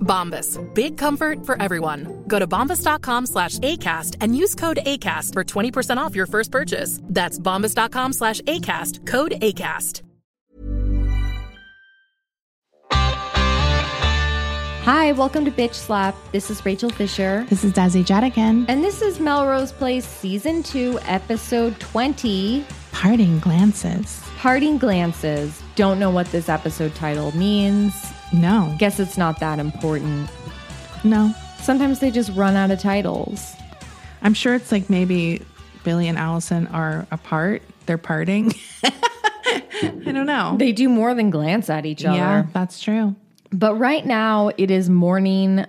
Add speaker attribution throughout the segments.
Speaker 1: Bombas. Big comfort for everyone. Go to bombas.com slash ACAST and use code ACAST for 20% off your first purchase. That's bombas.com slash ACAST. Code ACAST.
Speaker 2: Hi, welcome to Bitch Slap. This is Rachel Fisher.
Speaker 3: This is Dazzy Jadikin.
Speaker 2: And this is Melrose Place Season 2, Episode 20
Speaker 3: Parting Glances.
Speaker 2: Parting Glances. Don't know what this episode title means.
Speaker 3: No.
Speaker 2: Guess it's not that important.
Speaker 3: No.
Speaker 2: Sometimes they just run out of titles.
Speaker 3: I'm sure it's like maybe Billy and Allison are apart. They're parting. I don't know.
Speaker 2: They do more than glance at each other.
Speaker 3: Yeah, that's true.
Speaker 2: But right now it is morning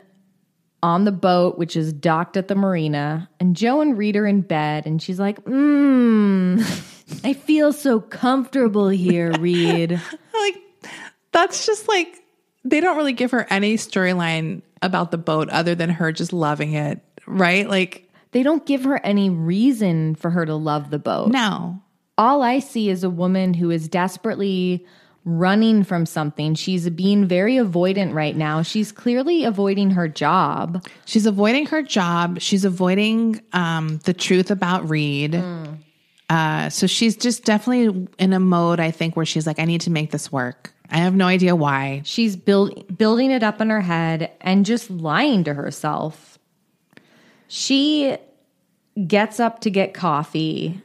Speaker 2: on the boat, which is docked at the marina, and Joe and Reed are in bed, and she's like, Mmm, I feel so comfortable here, Reed.
Speaker 3: Like, that's just like, they don't really give her any storyline about the boat other than her just loving it, right? Like,
Speaker 2: they don't give her any reason for her to love the boat.
Speaker 3: no.
Speaker 2: All I see is a woman who is desperately running from something. She's being very avoidant right now. She's clearly avoiding her job.
Speaker 3: She's avoiding her job. She's avoiding um, the truth about Reed. Uh, so she's just definitely in a mode, I think, where she's like, I need to make this work. I have no idea why.
Speaker 2: She's build, building it up in her head and just lying to herself. She gets up to get coffee.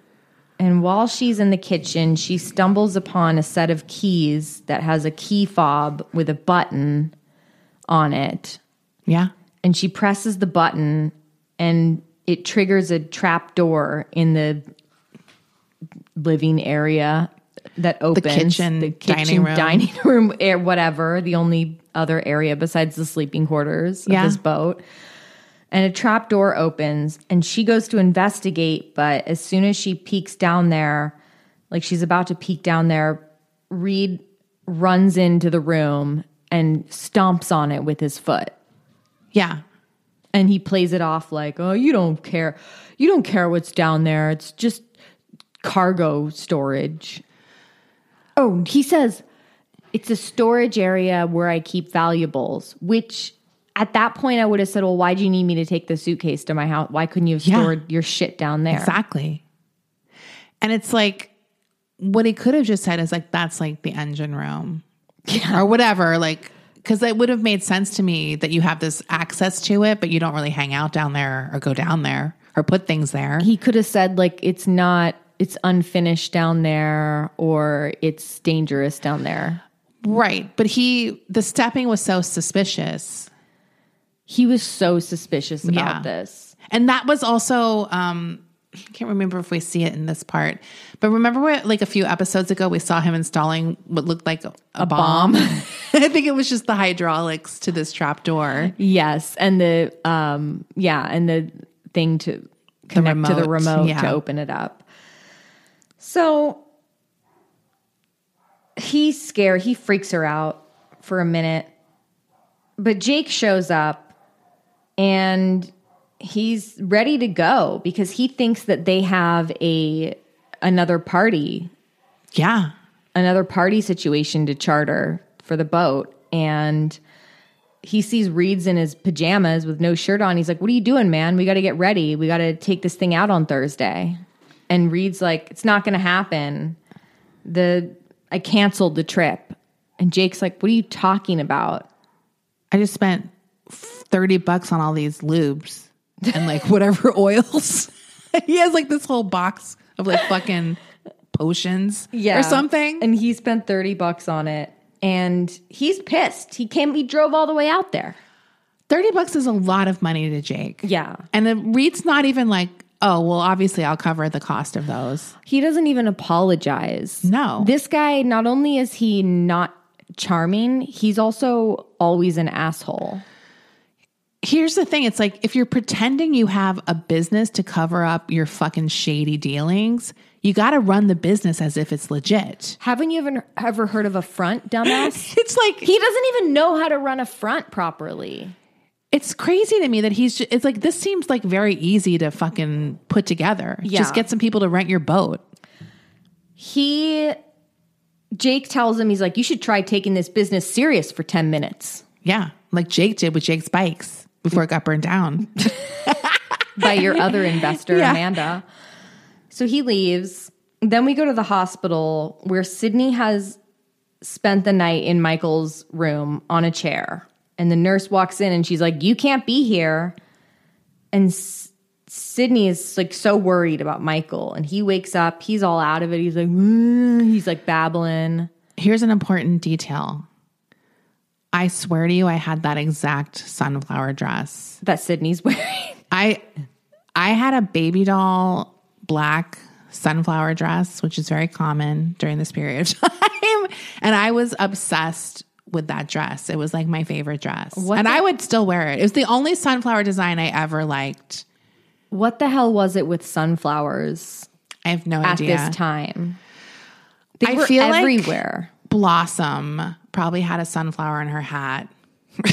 Speaker 2: And while she's in the kitchen, she stumbles upon a set of keys that has a key fob with a button on it.
Speaker 3: Yeah.
Speaker 2: And she presses the button and it triggers a trap door in the living area that opens
Speaker 3: kitchen, dining room.
Speaker 2: dining room, air, whatever, the only other area besides the sleeping quarters of
Speaker 3: Yeah.
Speaker 2: this boat. And a trap door opens and she goes to investigate, but as soon as she peeks down there, like she's about to peek down there, Reed runs into the room and stomps on it with his foot.
Speaker 3: Yeah.
Speaker 2: And he plays it off like, "Oh, you don't care. You don't care what's down there. It's just cargo storage." Oh, he says, it's a storage area where I keep valuables, which at that point I would have said, Well, why do you need me to take the suitcase to my house? Why couldn't you have
Speaker 3: Yeah.
Speaker 2: stored your shit down there?
Speaker 3: Exactly. And it's like what he could have just said is like that's like the engine room or whatever, like because it would have made sense to me that you have this access to it, but you don't really hang out down there or go down there or put things there.
Speaker 2: He could have said, like, it's not it's unfinished down there or it's dangerous down there.
Speaker 3: right. But he, the stepping was so suspicious.
Speaker 2: He was so suspicious about
Speaker 3: Yeah.
Speaker 2: this.
Speaker 3: And that was also, um, I can't remember if we see it in this part, but remember what, like a few episodes ago, we saw him installing what looked like a, a bomb. I think it was just the hydraulics to this trap door.
Speaker 2: Yes. And the um yeah, and the thing to connect to the
Speaker 3: remote,
Speaker 2: remote to
Speaker 3: yeah.
Speaker 2: open it up. So he's scared. He freaks her out for a minute. But Jake shows up and he's ready to go because he thinks that they have a another party
Speaker 3: Yeah.
Speaker 2: another party situation to charter for the boat and he sees Reed's in his pajamas with no shirt on. He's like, What are you doing, man? We got to get ready. We got to take this thing out on Thursday. And Reed's like, It's not going to happen. The I canceled the trip. And Jake's like, What are you talking about?
Speaker 3: I just spent 30 bucks on all these lubes and like whatever oils. he has like this whole box of like fucking potions
Speaker 2: yeah.
Speaker 3: or something.
Speaker 2: And he spent 30 bucks on it and he's pissed. He came he drove all the way out there.
Speaker 3: 30 bucks is a lot of money to Jake.
Speaker 2: Yeah.
Speaker 3: And the Reed's not even like, oh, well, obviously I'll cover the cost of those.
Speaker 2: He doesn't even apologize.
Speaker 3: No.
Speaker 2: This guy not only is he not charming, he's also always an asshole.
Speaker 3: Here's the thing it's like if you're pretending you have a business to cover up your fucking shady dealings, you got to run the business as if it's legit.
Speaker 2: Haven't you ever ever heard of a front, dumbass?
Speaker 3: It's like
Speaker 2: he doesn't even know how to run a front properly.
Speaker 3: it's crazy to me that he's just, it's like this seems like very easy to fucking put together.
Speaker 2: Yeah.
Speaker 3: Just get some people to rent your boat.
Speaker 2: He Jake tells him he's like you should try taking this business serious for 10 minutes
Speaker 3: Yeah, like Jake did with Jake's bikes before it got burned down.
Speaker 2: by your other investor
Speaker 3: Yeah.
Speaker 2: Amanda. So he leaves. Then we go to the hospital where Sydney has spent the night in Michael's room on a chair. And the nurse walks in and she's like, "You can't be here." And S- Sydney is like so worried about Michael, and he wakes up. He's all out of it. He's like, "Mm," he's like babbling.
Speaker 3: Here's an important detail. I swear to you, I had that exact sunflower dress.
Speaker 2: That Sydney's wearing.
Speaker 3: I I had a baby doll black sunflower dress, which is very common during this period of time. And I was obsessed with that dress. It was like my favorite dress. and I would still wear it. It was the only sunflower design I ever liked.
Speaker 2: What the hell was it with sunflowers
Speaker 3: I have no
Speaker 2: at
Speaker 3: idea.
Speaker 2: this time? They
Speaker 3: I
Speaker 2: were
Speaker 3: feel like-
Speaker 2: everywhere.
Speaker 3: Blossom probably had a sunflower in her hat.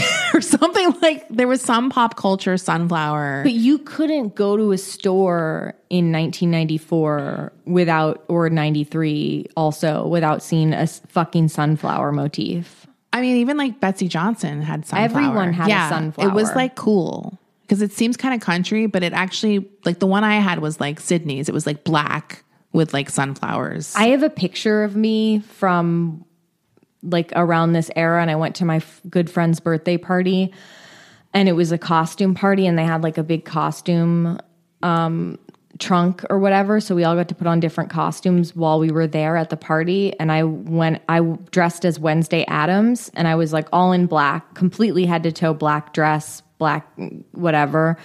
Speaker 3: or something like there was some pop culture sunflower.
Speaker 2: But you couldn't go to a store in 1994 without, or 93 also, without seeing a s- fucking sunflower motif.
Speaker 3: I mean, even like Betsy Johnson had sunflower.
Speaker 2: Everyone had a
Speaker 3: It was
Speaker 2: sunflower.
Speaker 3: like cool because it seems kind of country, but it actually like the one I had was like Sydney's. It was like black with like sunflowers.
Speaker 2: I have a picture of me from like around this era, and I went to my f- good friend's birthday party, and it was a costume party, and they had like a big costume um, trunk or whatever. So we all got to put on different costumes while we were there at the party. And I went, I dressed as Wednesday Adams, and I was like all in black, completely head to toe black dress, black whatever.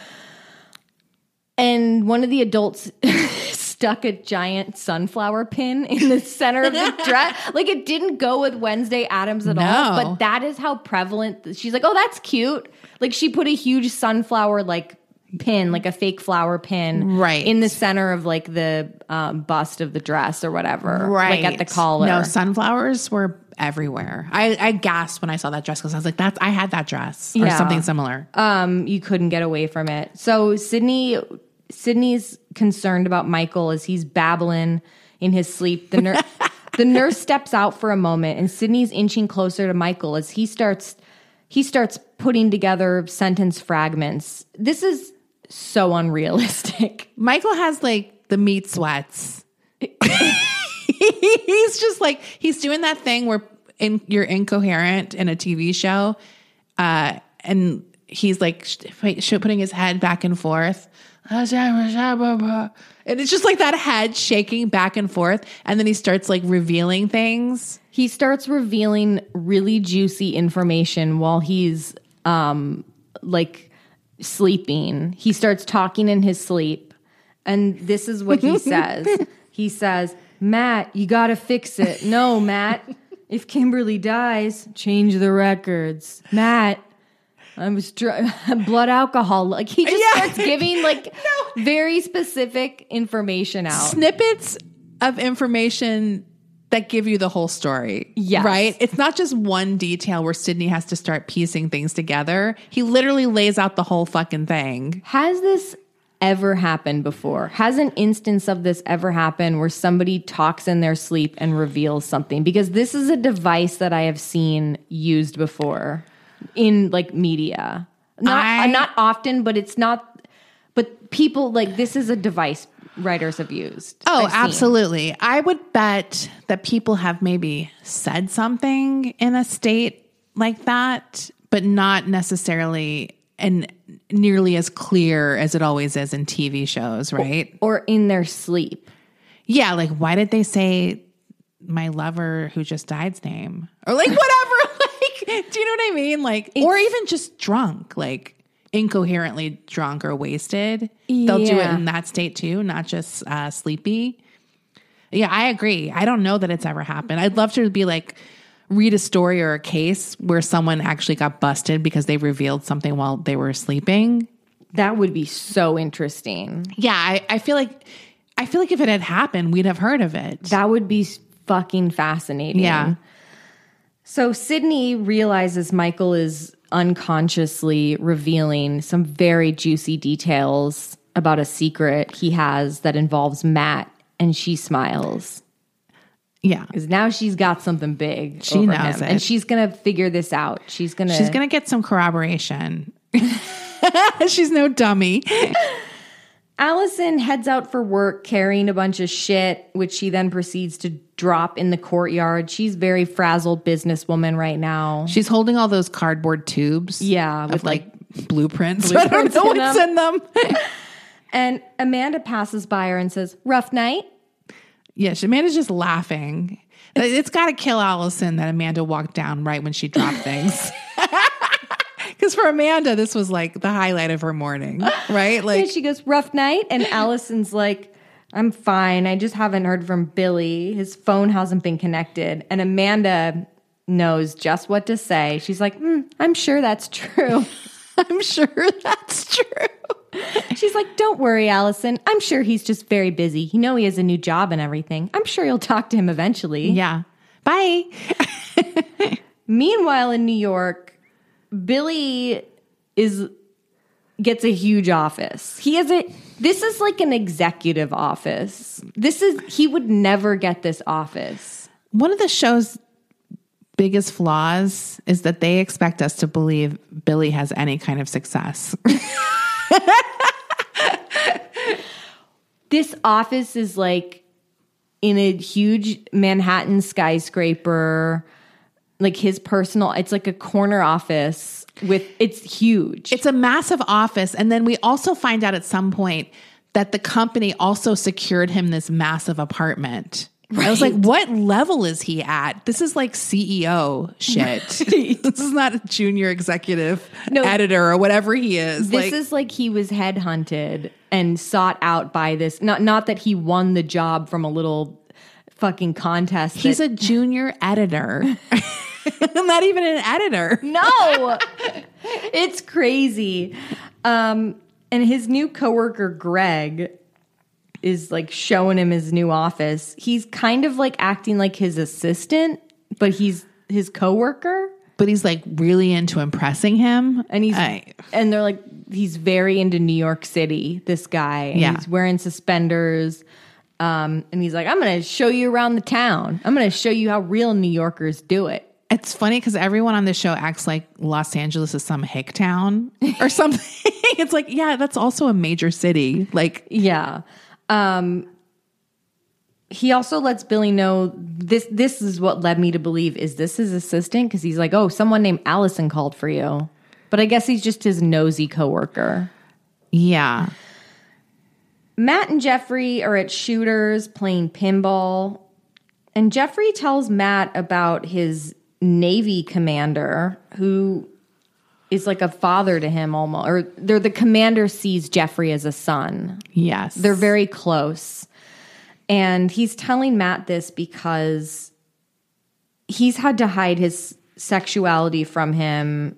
Speaker 2: And one of the adults stuck a giant sunflower pin in the center of the dress. Like it didn't go with Wednesday Adams at all.
Speaker 3: No.
Speaker 2: But that is how prevalent she's like, oh, that's cute. Like she put a huge sunflower like pin, like a fake flower pin,
Speaker 3: Right.
Speaker 2: in the center of like the um, bust of the dress or whatever, Like at the collar.
Speaker 3: No, sunflowers were everywhere. I, I gasped when I saw that dress because I was like, that's, I had that dress or
Speaker 2: Yeah.
Speaker 3: something similar.
Speaker 2: um, you couldn't get away from it. So Sydney, Sydney's concerned about Michael as he's babbling in his sleep. The nurse, the nurse steps out for a moment, and Sydney's inching closer to Michael as he starts, he starts putting together sentence fragments. This is so unrealistic.
Speaker 3: Michael has like the meat sweats. he's just like he's doing that thing where in, you're incoherent in a TV show, uh, and he's like sh- wait, sh- putting his head back and forth. And it's just like that head shaking back and forth, and then he starts like revealing things.
Speaker 2: He starts revealing really juicy information while he's um like sleeping. He starts talking in his sleep. And this is what he says. He says, "Matt, you got to fix it. No, Matt. If Kimberly dies, change the records. Matt, I was dr- blood alcohol. Like he just starts giving like very specific information out.
Speaker 3: snippets of information that give you the whole story.
Speaker 2: Yes.
Speaker 3: Right? It's not just one detail where Sydney has to start piecing things together. He literally lays out the whole fucking thing.
Speaker 2: Has this ever happened before? Has an instance of this ever happened where somebody talks in their sleep and reveals something? Because this is a device that I have seen used before in like media. Not
Speaker 3: I-
Speaker 2: uh, not often, but it's not but people like this is a device writers have used.
Speaker 3: Oh,
Speaker 2: I've seen.
Speaker 3: absolutely. I would bet that people have maybe said something in a state like that, but not necessarily and nearly as clear as it always is in TV shows, right?
Speaker 2: Or in their sleep.
Speaker 3: yeah, like why did they say my lover who just died's name or like whatever? like, do you know what I mean? Like, or even just drunk, like incoherently drunk or wasted. They'll do it
Speaker 2: Yeah.
Speaker 3: in that state too, not just uh, sleepy. Yeah, I agree. I don't know that it's ever happened. I'd love to be like read a story or a case where someone actually got busted because they revealed something while they were sleeping.
Speaker 2: That would be so interesting.
Speaker 3: Yeah, I, I feel like I feel like if it had happened, we'd have heard of it.
Speaker 2: That would be s- fucking fascinating.
Speaker 3: yeah.
Speaker 2: So Sydney realizes Michael is unconsciously revealing some very juicy details about a secret he has that involves Matt, and she smiles
Speaker 3: Yeah.
Speaker 2: because now she's got something big.
Speaker 3: She
Speaker 2: over
Speaker 3: knows
Speaker 2: him,
Speaker 3: it.
Speaker 2: and she's gonna figure this out. She's gonna.
Speaker 3: She's gonna get some corroboration. She's no dummy.
Speaker 2: Allison heads out for work carrying a bunch of shit, which she then proceeds to drop in the courtyard. She's very frazzled businesswoman right now.
Speaker 3: She's holding all those cardboard tubes.
Speaker 2: Yeah,
Speaker 3: Of
Speaker 2: with,
Speaker 3: like, blueprints. I don't
Speaker 2: blueprints
Speaker 3: know
Speaker 2: in
Speaker 3: what's in them.
Speaker 2: And Amanda passes by her and says, Rough night.
Speaker 3: yeah, she- Amanda's just laughing. It's gotta kill Allison that Amanda walked down right when she dropped things. Because for Amanda, this was like the highlight of her morning, right? Like
Speaker 2: And she goes, Rough night. And Allison's like, I'm fine. I just haven't heard from Billy. His phone hasn't been connected. And Amanda knows just what to say. She's like, "Hmm, I'm sure that's true.
Speaker 3: I'm sure that's true.
Speaker 2: She's like, Don't worry, Allison. I'm sure he's just very busy. You know, he has a new job and everything. I'm sure you'll talk to him eventually.
Speaker 3: Yeah. Bye.
Speaker 2: Meanwhile, in New York, Billy is gets a huge office. He has a this is like an executive office. This is he would never get this office.
Speaker 3: One of the show's biggest flaws is that they expect us to believe Billy has any kind of success.
Speaker 2: This office is like in a huge Manhattan skyscraper. Like his personal, it's like a corner office with it's huge.
Speaker 3: It's a massive office. And then we also find out at some point that the company also secured him this massive apartment. I was like, what level is he at? This is like CEO shit. this is not a junior executive editor or whatever he is.
Speaker 2: This
Speaker 3: Like-
Speaker 2: is like he was headhunted and sought out by this. Not not that he won the job from a little fucking contest.
Speaker 3: He's
Speaker 2: that-
Speaker 3: a junior editor. Not even an editor.
Speaker 2: no. it's crazy. Um, and his new coworker Greg is like showing him his new office. He's kind of like acting like his assistant, but he's his coworker.
Speaker 3: But he's like really into impressing him.
Speaker 2: and he's
Speaker 3: I-
Speaker 2: and they're like he's very into New York City. This guy, And
Speaker 3: Yeah.
Speaker 2: he's wearing suspenders, um, and he's like, "I'm going to show you around the town. I'm going to show you how real New Yorkers do it."
Speaker 3: it's funny because everyone on this show acts like Los Angeles is some hick town or something. it's like, yeah, that's also a major city. Like,
Speaker 2: Yeah. Um, he also lets Billy know this. This is what led me to believe is this his assistant because he's like, "Oh, someone named Allison called for you," but I guess he's just his nosy coworker.
Speaker 3: yeah.
Speaker 2: Matt and Jeffrey are at shooters playing pinball. And Jeffrey tells Matt about his Navy commander who is like a father to him almost, or they're the commander sees Jeffrey as a son.
Speaker 3: Yes.
Speaker 2: They're very close. And he's telling Matt this because he's had to hide his sexuality from him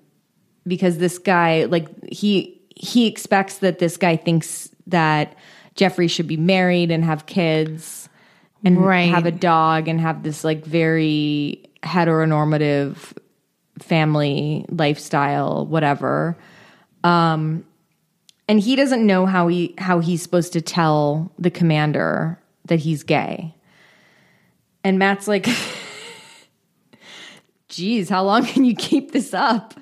Speaker 2: because this guy like he he expects that this guy thinks that Jeffrey should be married and have kids and
Speaker 3: Right.
Speaker 2: have a dog and have this like very heteronormative family lifestyle whatever Um, and he doesn't know how he how he's supposed to tell the commander that he's gay. And Matt's like, "Geez, how long can you keep this up?"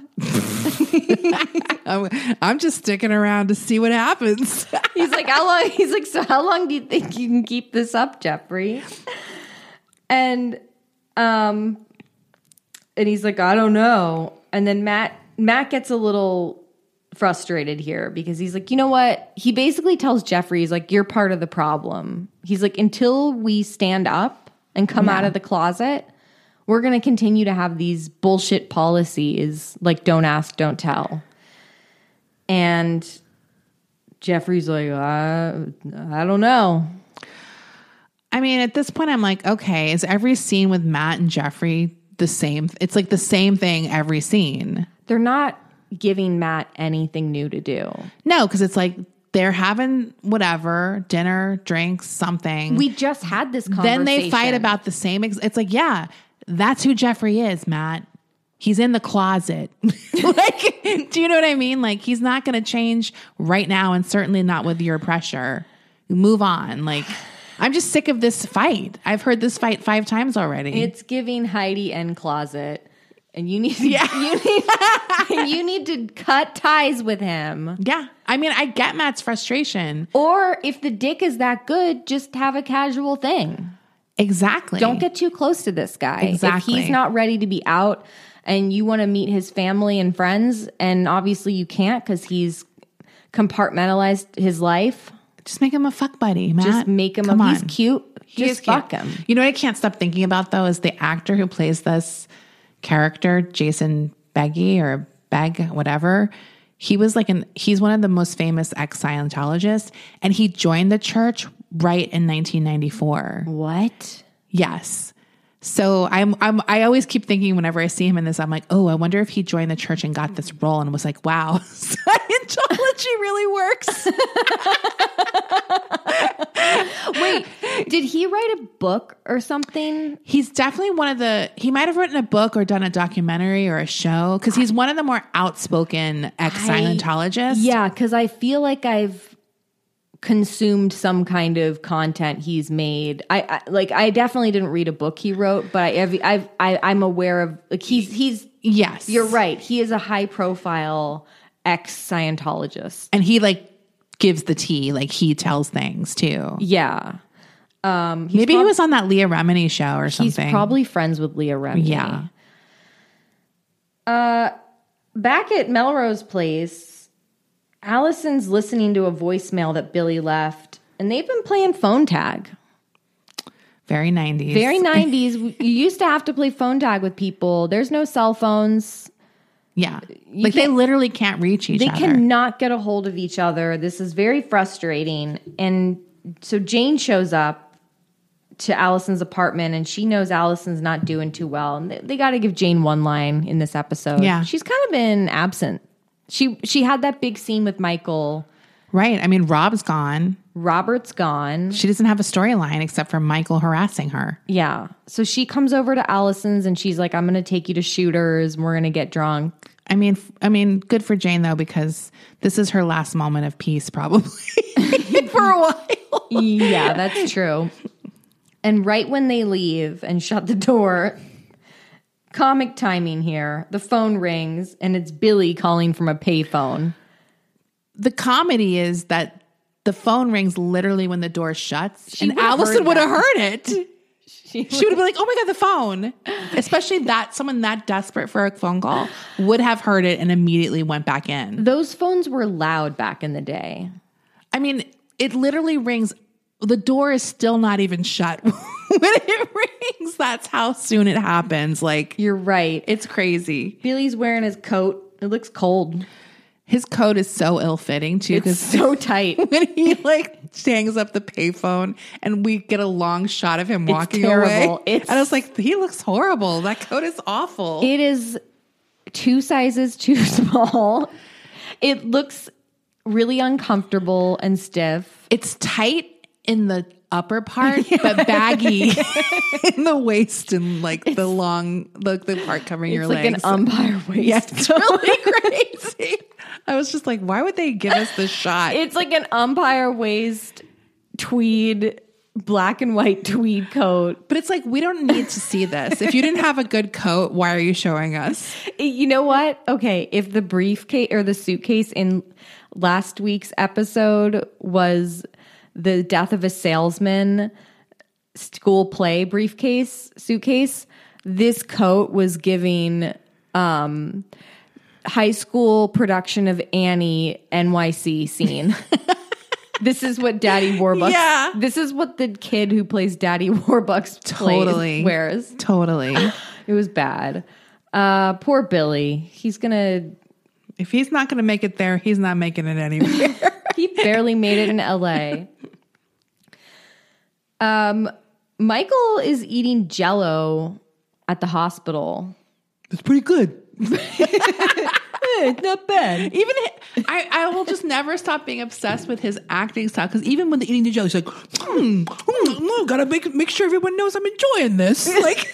Speaker 3: I'm, I'm just sticking around to see what happens.
Speaker 2: He's like, "How long?" He's like, "So how long do you think you can keep this up, Jeffrey?" And um, and he's like, "I don't know." And then Matt Matt gets a little frustrated here because he's like, you know what? He basically tells Jeffrey, he's like, you're part of the problem. He's like, until we stand up and come out of the closet, we're going to continue to have these bullshit policies like don't ask, don't tell. And Jeffrey's like, I, I don't know.
Speaker 3: I mean, at this point, I'm like, okay, is every scene with Matt and Jeffrey the same? It's like the same thing every scene.
Speaker 2: They're not giving Matt anything new to do.
Speaker 3: No, because it's like they're having whatever dinner, drinks, something.
Speaker 2: We just had this conversation.
Speaker 3: then they fight about the same. Ex- it's like, yeah, that's who Jeffrey is, Matt. He's in the closet. like, do you know what I mean? Like, he's not going to change right now, and certainly not with your pressure. Move on. Like, I'm just sick of this fight. I've heard this fight five times already.
Speaker 2: It's giving Heidi and closet, and you need yeah. you need and you need to cut ties with him.
Speaker 3: yeah. I mean, I get Matt's frustration.
Speaker 2: Or if the dick is that good, just have a casual thing.
Speaker 3: Exactly.
Speaker 2: Don't get too close to this guy.
Speaker 3: Exactly.
Speaker 2: If he's not ready to be out and you want to meet his family and friends, and obviously you can't because he's compartmentalized his life.
Speaker 3: just make him a fuck buddy, Matt.
Speaker 2: Just make him
Speaker 3: Come
Speaker 2: a, he's
Speaker 3: on.
Speaker 2: cute.
Speaker 3: He
Speaker 2: just
Speaker 3: is cute.
Speaker 2: fuck him.
Speaker 3: You know what I can't stop thinking about though is the actor who plays this character, Jason Beggy or Beg, whatever. He was like an he's one of the most famous ex Scientologists, and he joined the church right in 1994.
Speaker 2: What?
Speaker 3: Yes. So I'm, I'm I always keep thinking whenever I see him in this, I'm like, oh, I wonder if he joined the church and got this role and was like, wow, Scientology really works.
Speaker 2: Wait, did he write a book or something?
Speaker 3: He's definitely one of the. He might have written a book or done a documentary or a show because he's one of the more outspoken ex Scientologists.
Speaker 2: Yeah, because I feel like I've consumed some kind of content he's made. I, I like I definitely didn't read a book he wrote, but I, have I've I, I'm aware of like he's he's
Speaker 3: Yes,
Speaker 2: you're right. He is a high profile ex Scientologist.
Speaker 3: And he like gives the tea, like he tells things too.
Speaker 2: Yeah, um, he's
Speaker 3: Maybe he was on that Leah Remini show or
Speaker 2: he's
Speaker 3: something.
Speaker 2: probably friends with Leah Remini.
Speaker 3: yeah.
Speaker 2: Back at Melrose Place, Allison's listening to a voicemail that Billy left, and they've been playing phone tag.
Speaker 3: Very nineties.
Speaker 2: Very 90s. We- you used to have to play phone tag with people. There's no cell phones.
Speaker 3: yeah. Like they literally can't reach each
Speaker 2: They
Speaker 3: other.
Speaker 2: cannot get a hold of each other. This is very frustrating. And so Jane shows up to Allison's apartment and she knows Allison's not doing too well. And they, they got to give Jane one line in this episode.
Speaker 3: Yeah.
Speaker 2: She's kind of been absent. She she had that big scene with Michael.
Speaker 3: Right. I mean, Rob's gone.
Speaker 2: Robert's gone.
Speaker 3: She doesn't have a storyline except for Michael harassing her.
Speaker 2: Yeah. So she comes over to Allison's and she's like, I'm going to take you to shooters. We're going to get drunk.
Speaker 3: I mean, f- I mean, good for Jane though because this is her last moment of peace, probably for a while.
Speaker 2: yeah, that's true. And right when they leave and shut the door, comic timing here, the phone rings and it's Billy calling from a payphone.
Speaker 3: The comedy is that the phone rings literally when the door shuts, and
Speaker 2: would've
Speaker 3: Allison
Speaker 2: heard
Speaker 3: would have heard it. She, would have been like, "Oh my god, the phone!" Especially that someone that desperate for a phone call would have heard it and immediately went back in.
Speaker 2: Those phones were loud back in the day.
Speaker 3: I mean, it literally rings. The door is still not even shut when it rings. That's how soon it happens. Like
Speaker 2: You're right.
Speaker 3: it's crazy.
Speaker 2: Billy's wearing his coat. It looks cold.
Speaker 3: His coat is so ill fitting too,
Speaker 2: It's
Speaker 3: because
Speaker 2: so tight.
Speaker 3: when he like hangs up the payphone and we get a long shot of him walking away,
Speaker 2: terrible. It's-
Speaker 3: and I was like, he looks horrible. That coat is awful.
Speaker 2: It is two sizes too small. It looks really uncomfortable and stiff.
Speaker 3: it's tight in the upper part, but baggy in the waist and like the long the, the part covering your
Speaker 2: It's like
Speaker 3: legs.
Speaker 2: an umpire waist.
Speaker 3: yeah, it's really crazy. I was just like, why would they give us this shot?
Speaker 2: It's like an umpire waist tweed, black and white tweed coat.
Speaker 3: but it's like we don't need to see this. If you didn't have a good coat, why are you showing us?
Speaker 2: It- You know what? Okay, if the briefcase or the suitcase in last week's episode was the death of a salesman school play briefcase suitcase, this coat was giving um high school production of Annie NYC scene. this is what Daddy Warbucks.
Speaker 3: Yeah.
Speaker 2: This is what the kid who plays Daddy Warbucks plays,
Speaker 3: Totally.
Speaker 2: wears.
Speaker 3: Totally.
Speaker 2: It was bad. Uh, poor Billy. He's gonna.
Speaker 3: if he's not going to make it there, he's not making it anywhere.
Speaker 2: He barely made it in L.A. Um, Michael is eating Jello at the hospital.
Speaker 3: it's pretty good.
Speaker 2: It's not bad.
Speaker 3: Even hi- I, I will just never stop being obsessed with his acting style because even when they're eating the jelly, he's like, hmm, hmm, hmm, gotta make make sure everyone knows I'm enjoying this. Like,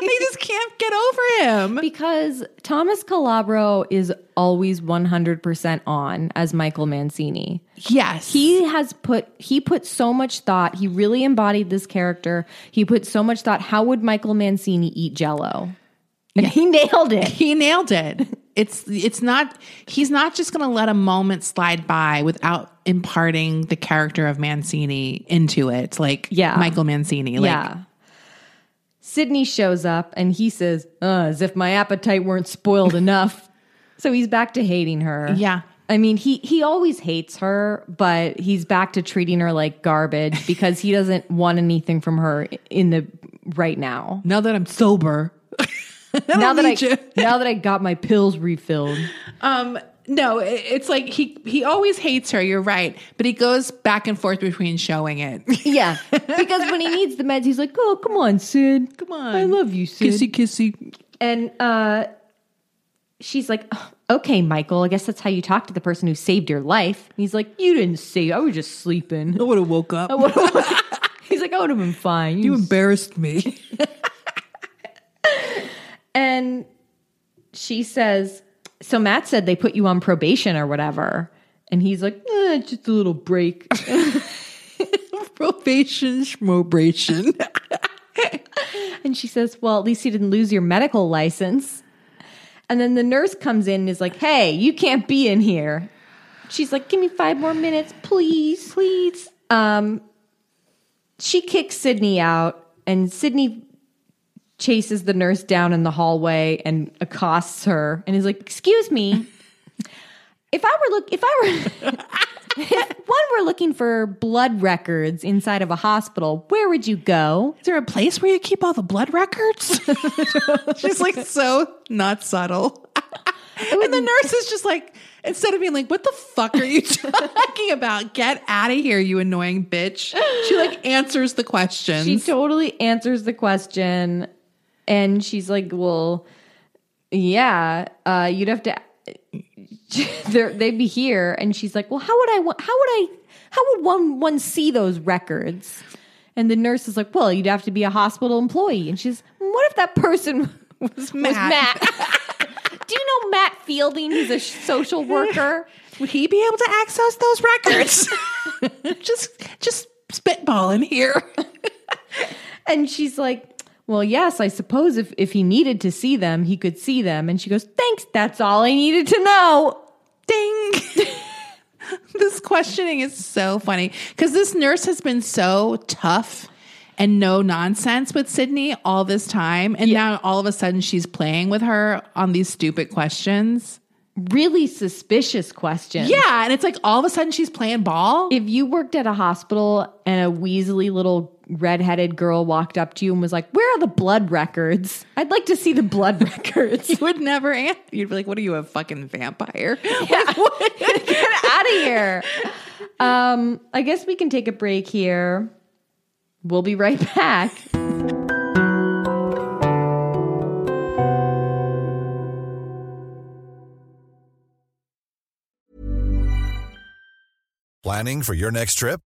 Speaker 3: they just can't get over him.
Speaker 2: Because Thomas Calabro is always 100% on as Michael Mancini.
Speaker 3: Yes,
Speaker 2: He has put he put so much thought. He really embodied this character. He put so much thought. How would Michael Mancini eat jello? And he nailed it.
Speaker 3: he nailed it. It's it's not he's not just gonna let a moment slide by without imparting the character of Mancini into it. Like
Speaker 2: Yeah.
Speaker 3: Michael Mancini. Like
Speaker 2: yeah. Sydney shows up and he says, uh, as if my appetite weren't spoiled enough. So he's back to hating her.
Speaker 3: Yeah.
Speaker 2: I mean, he he always hates her, but he's back to treating her like garbage because he doesn't want anything from her in the right now.
Speaker 3: now that I'm sober.
Speaker 2: now that
Speaker 3: need
Speaker 2: I
Speaker 3: you.
Speaker 2: now that I got my pills refilled.
Speaker 3: Um, no, it, it's like he he always hates her. You're right, but he goes back and forth between showing it.
Speaker 2: Yeah, because when he needs the meds, he's like, "Oh, come on, Sid. Come
Speaker 3: on.
Speaker 2: I love you, Sid."
Speaker 3: kissy kissy.
Speaker 2: And uh, she's like, "Oh, "Okay, Michael. I guess that's how you talk to the person who saved your life." And he's like, "You didn't save. I was just sleeping."
Speaker 3: would have Oh, woke up.
Speaker 2: he's like, "I would have been fine." You
Speaker 3: embarrassed me.
Speaker 2: And she says, So Matt said they put you on probation or whatever. And he's like, eh, just a little break.
Speaker 3: Probation, schmobration.
Speaker 2: and she says, Well, at least you didn't lose your medical license. And then the nurse comes in and is like, Hey, you can't be in here. She's like, Give me five more minutes, please, please. Um, she kicks Sydney out, and Sydney chases the nurse down in the hallway and accosts her and is like, Excuse me. If I were look, if I were, if one were looking for blood records inside of a hospital, where would you go?
Speaker 3: Is there a place where you keep all the blood records? She's like so not subtle. and the nurse is just like, instead of being like, what the fuck are you talking about? Get out of here, you annoying bitch. She like answers the questions.
Speaker 2: She totally answers the question, and she's like, "Well, yeah, uh, you'd have to. they're- They'd be here." And she's like, "Well, how would I? wa- How would I? How would one one see those records?" And the nurse is like, "Well, you'd have to be a hospital employee." And she's, "What if that person was Matt?" Do you know Matt Fielding? He's a social worker.
Speaker 3: Would he be able to access those records? just just spitballing here.
Speaker 2: And she's like, Well, yes, I suppose if, if he needed to see them, he could see them. And she goes, Thanks, that's all I needed to know.
Speaker 3: Ding. this questioning is so funny because this nurse has been so tough and no nonsense with Sydney all this time. And now all of a sudden she's playing with her on these stupid questions.
Speaker 2: Really suspicious question.
Speaker 3: Yeah. And it's like all of a sudden she's playing ball.
Speaker 2: If you worked at a hospital and a weaselly little redheaded girl walked up to you and was like, Where are the blood records? I'd like to see the blood records.
Speaker 3: You would never answer. You'd be like, what are you, a fucking vampire?
Speaker 2: Get out of here. Um, I guess we can take a break here. We'll be right back.
Speaker 4: Planning for your next trip?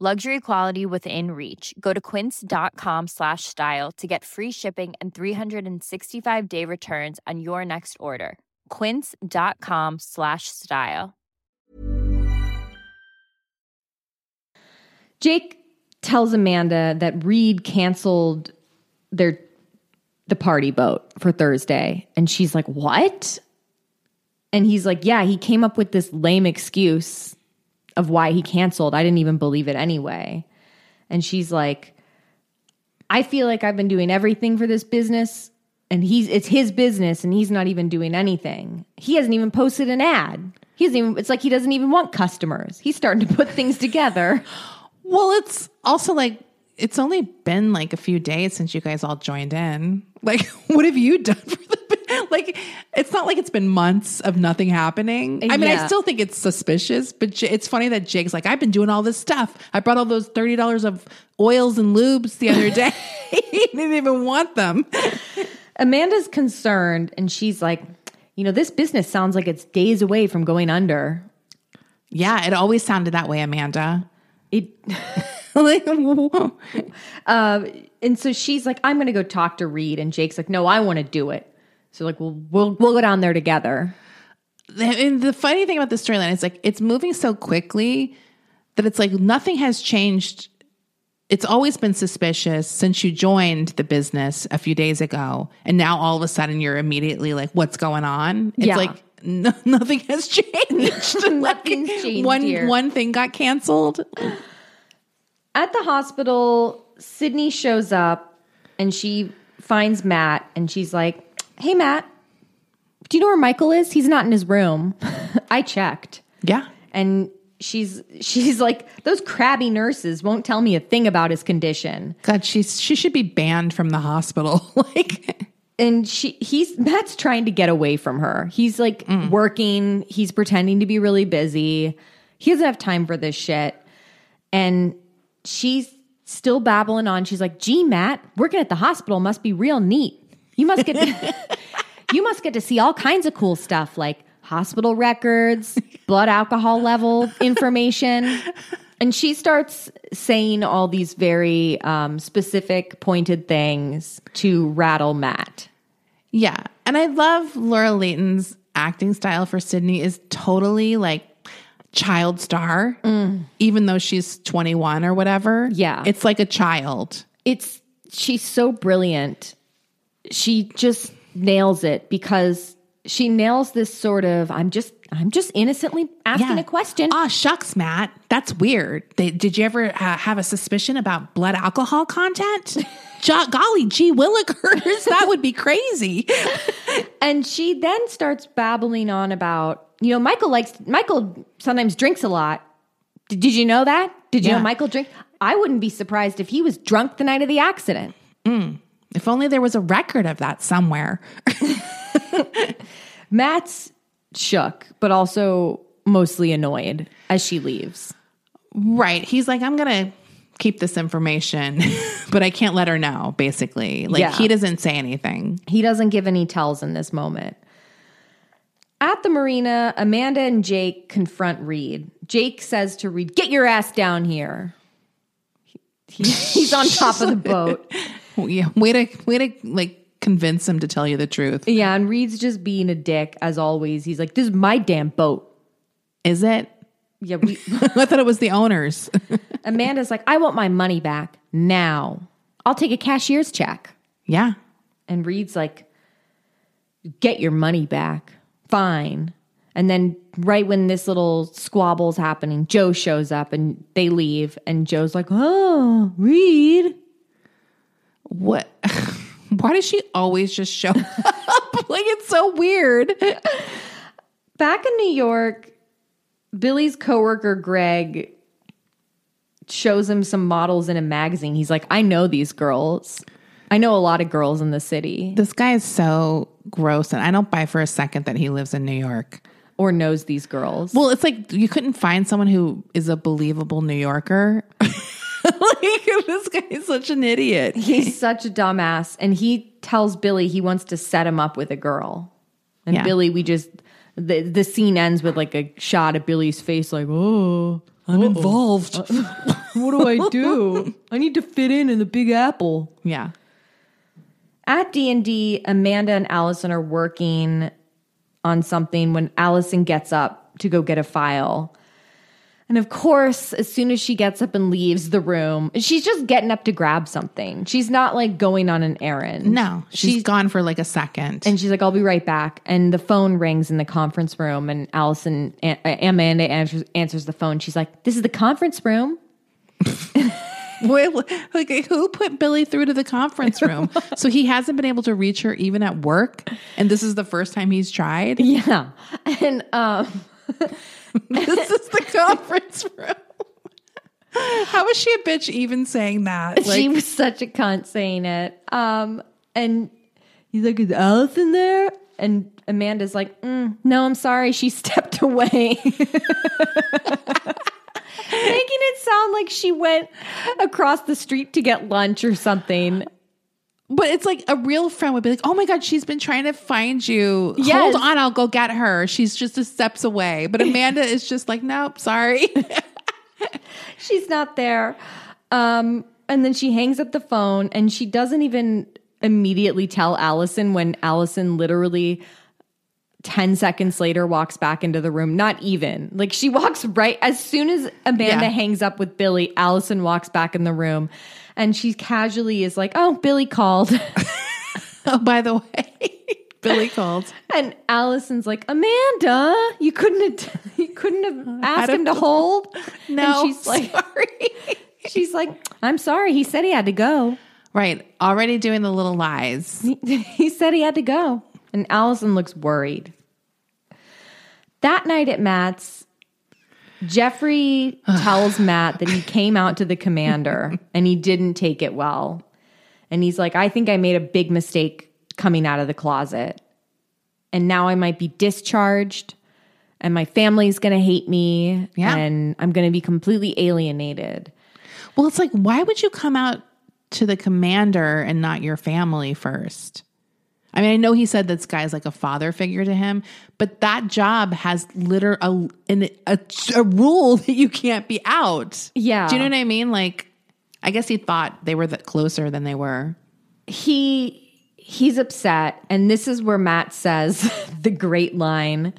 Speaker 5: Luxury quality within reach. Go to quince.com slash style to get free shipping and 365 day returns on your next order. Quince.com slash style.
Speaker 2: Jake tells Amanda that Reed canceled their the party boat for Thursday and she's like, "What?" And he's like, "Yeah, he came up with this lame excuse of why he canceled. I didn't even believe it anyway." And she's like, "I feel like I've been doing everything for this business and he's it's his business and he's not even doing anything. He hasn't even posted an ad." He doesn't even, it's like he doesn't even want customers. He's starting to put things together.
Speaker 3: Well, it's also like it's only been like a few days since you guys all joined in. Like, what have you done for the like? It's not like it's been months of nothing happening. I mean,
Speaker 2: Yeah.
Speaker 3: I still think it's suspicious, but J- it's funny that Jake's like, I've been doing all this stuff. I brought all those thirty dollars of oils and lubes the other day. he didn't even want them.
Speaker 2: Amanda's concerned and she's like, you know, this business sounds like it's days away from going under.
Speaker 3: Yeah, it always sounded that way, Amanda.
Speaker 2: It uh,
Speaker 3: like,
Speaker 2: and so she's like, I'm gonna go talk to Reed. And Jake's like, No, I wanna do it. So like we'll we'll we'll go down there together.
Speaker 3: and the funny thing about the storyline is like it's moving so quickly that it's like nothing has changed. It's always been suspicious since you joined the business a few days ago, and now all of a sudden you're immediately like, "What's going on?" It's
Speaker 2: Yeah.
Speaker 3: like no, nothing has changed. Like,
Speaker 2: Nothing's changed
Speaker 3: One
Speaker 2: here.
Speaker 3: one thing got canceled.
Speaker 2: At the hospital, Sydney shows up and she finds Matt and she's like, Hey Matt, do you know where Michael is? He's not in his room. I checked.
Speaker 3: Yeah,
Speaker 2: And she's she's like, Those crabby nurses won't tell me a thing about his condition.
Speaker 3: God, she's she should be banned from the hospital. like,
Speaker 2: and she he's Matt's trying to get away from her. He's like working, he's pretending to be really busy. He doesn't have time for this shit. And she's still babbling on. She's like, "Gee, Matt, working at the hospital must be real neat. You must get to, you must get to see all kinds of cool stuff like hospital records, blood alcohol level information." And she starts saying all these very um, specific, pointed things to rattle Matt.
Speaker 3: Yeah. And I love Laura Leighton's acting style for Sydney is totally like child star, even though she's 21 or whatever.
Speaker 2: Mm. Yeah.
Speaker 3: It's like a child.
Speaker 2: it's she's so brilliant. She just nails it because she nails this sort of I'm just I'm just innocently asking
Speaker 3: Yeah.
Speaker 2: a question.
Speaker 3: Ah, shucks, Matt. That's weird. They, did you ever uh, have a suspicion about blood alcohol content? jo- golly gee willikers, that would be crazy.
Speaker 2: And she then starts babbling on about, you know, Michael likes Michael sometimes drinks a lot. Did, did you know that? Did you
Speaker 3: Yeah.
Speaker 2: know Michael drink? I wouldn't be surprised if he was drunk the night of the accident.
Speaker 3: If only there was a record of that somewhere.
Speaker 2: Matt's shook, but also mostly annoyed as she leaves.
Speaker 3: Right. He's like, I'm going to keep this information, but I can't let her know, basically. Like,
Speaker 2: Yeah.
Speaker 3: he doesn't say anything.
Speaker 2: He doesn't give any tells in this moment. At the marina, Amanda and Jake confront Reed. Jake says to Reed, Get your ass down here. He- he's on top of the boat.
Speaker 3: Yeah. Way to, way to, like, convince him to tell you the truth.
Speaker 2: Yeah, and Reed's just being a dick as always. He's like, This is my damn boat.
Speaker 3: Is it?
Speaker 2: Yeah, we,
Speaker 3: I thought it was the owner's.
Speaker 2: Amanda's like, I want my money back now. I'll take a cashier's check.
Speaker 3: yeah.
Speaker 2: And Reed's like, get your money back. Fine. And then, right when this little squabble's happening, Joe shows up and they leave. And Joe's like, oh, Reed.
Speaker 3: What? Why does she always just show up? like, it's so weird.
Speaker 2: Back in New York, Billy's coworker, Greg, shows him some models in a magazine. He's like, I know these girls. I know a lot of girls in the city.
Speaker 3: This guy is so gross, and I don't buy for a second that he lives in New York.
Speaker 2: or knows these girls.
Speaker 3: Well, it's like you couldn't find someone who is a believable New Yorker. like this guy is such an idiot.
Speaker 2: He's such a dumbass. And he tells Billy he wants to set him up with a girl. And
Speaker 3: Yeah.
Speaker 2: Billy, we just, the, the scene ends with like a shot of Billy's face, like, oh, I'm involved. what do I do? I need to fit in in the big apple.
Speaker 3: Yeah.
Speaker 2: At D&D, Amanda and Allison are working on something when Allison gets up to go get a file. And of course, as soon as she gets up and leaves the room, she's just getting up to grab something. She's not like going on an errand.
Speaker 3: No, she's gone for like a second.
Speaker 2: And she's like, I'll be right back. And the phone rings in the conference room, and Allison, a- Amanda answers, answers the phone. She's like, This is the conference room?
Speaker 3: Wait, wh- like who put Billy through to the conference room? so he hasn't been able to reach her even at work, and this is the first time he's tried.
Speaker 2: Yeah. And um,
Speaker 3: this is the conference room. How is she a bitch even saying that? Like,
Speaker 2: she was such a cunt saying it. Um, and he's like, Is Allison there? And Amanda's like, mm, No, I'm sorry. She stepped away. Making it sound like she went across the street to get lunch or something.
Speaker 3: but it's like a real friend would be like, "Oh my god, she's been trying to find you.
Speaker 2: Yes.
Speaker 3: Hold on, I'll go get her. She's just a steps away." But Amanda is just like, "Nope, sorry."
Speaker 2: she's not there. Um, and then she hangs up the phone and she doesn't even immediately tell Allison when Allison literally 10 seconds later walks back into the room. Not even. Like she walks right as soon as Amanda
Speaker 3: Yeah.
Speaker 2: hangs up with Billy, Allison walks back in the room and she casually is like, Oh, Billy called.
Speaker 3: oh, by the way, Billy called.
Speaker 2: and Allison's like, Amanda, you couldn't have, you couldn't have asked him to hold.
Speaker 3: No,
Speaker 2: and she's like,
Speaker 3: sorry.
Speaker 2: she's like, I'm sorry. He said he had to go.
Speaker 3: Right, already doing the little lies.
Speaker 2: he said he had to go. And Allison looks worried. That night at Matt's, Jeffrey tells Matt that he came out to the commander and he didn't take it well. And he's like, I think I made a big mistake coming out of the closet. And now I might be discharged and my family's going to hate me
Speaker 3: Yeah.
Speaker 2: and I'm going to be completely alienated.
Speaker 3: Well, it's like, why would you come out to the commander and not your family first? I mean, I know he said this guy's like a father figure to him, but that job has liter a, an, a, a rule that you can't be out.
Speaker 2: Yeah.
Speaker 3: Do you know what I mean? Like, I guess he thought they were the closer than they were.
Speaker 2: he he's upset and this is where matt says the great line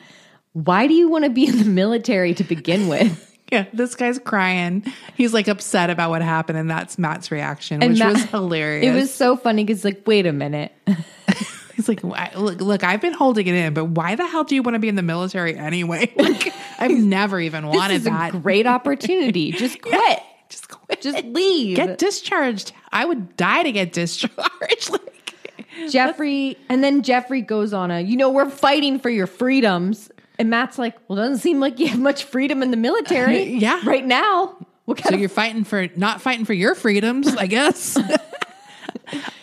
Speaker 2: why do you want to be in the military to begin with
Speaker 3: Yeah, this guy's crying. He's like upset about what happened, and that's Matt's reaction,
Speaker 2: And
Speaker 3: which
Speaker 2: Matt-
Speaker 3: was hilarious.
Speaker 2: it was so funny because like wait a minute
Speaker 3: He's like, "Why- look, look, I've been holding it in, but why the hell do you want to be in the military anyway? Like, I've never even
Speaker 2: this
Speaker 3: wanted
Speaker 2: is a
Speaker 3: that.
Speaker 2: great opportunity just quit
Speaker 3: Just quit.
Speaker 2: just leave
Speaker 3: get discharged. I would die to get discharged. like,
Speaker 2: jeffrey and then jeffrey goes on a you know we're fighting for your freedoms and matt's like well doesn't seem like you have much freedom in the military
Speaker 3: Yeah.
Speaker 2: right now what kind
Speaker 3: so
Speaker 2: of
Speaker 3: you're fighting for not fighting for your freedoms, I guess.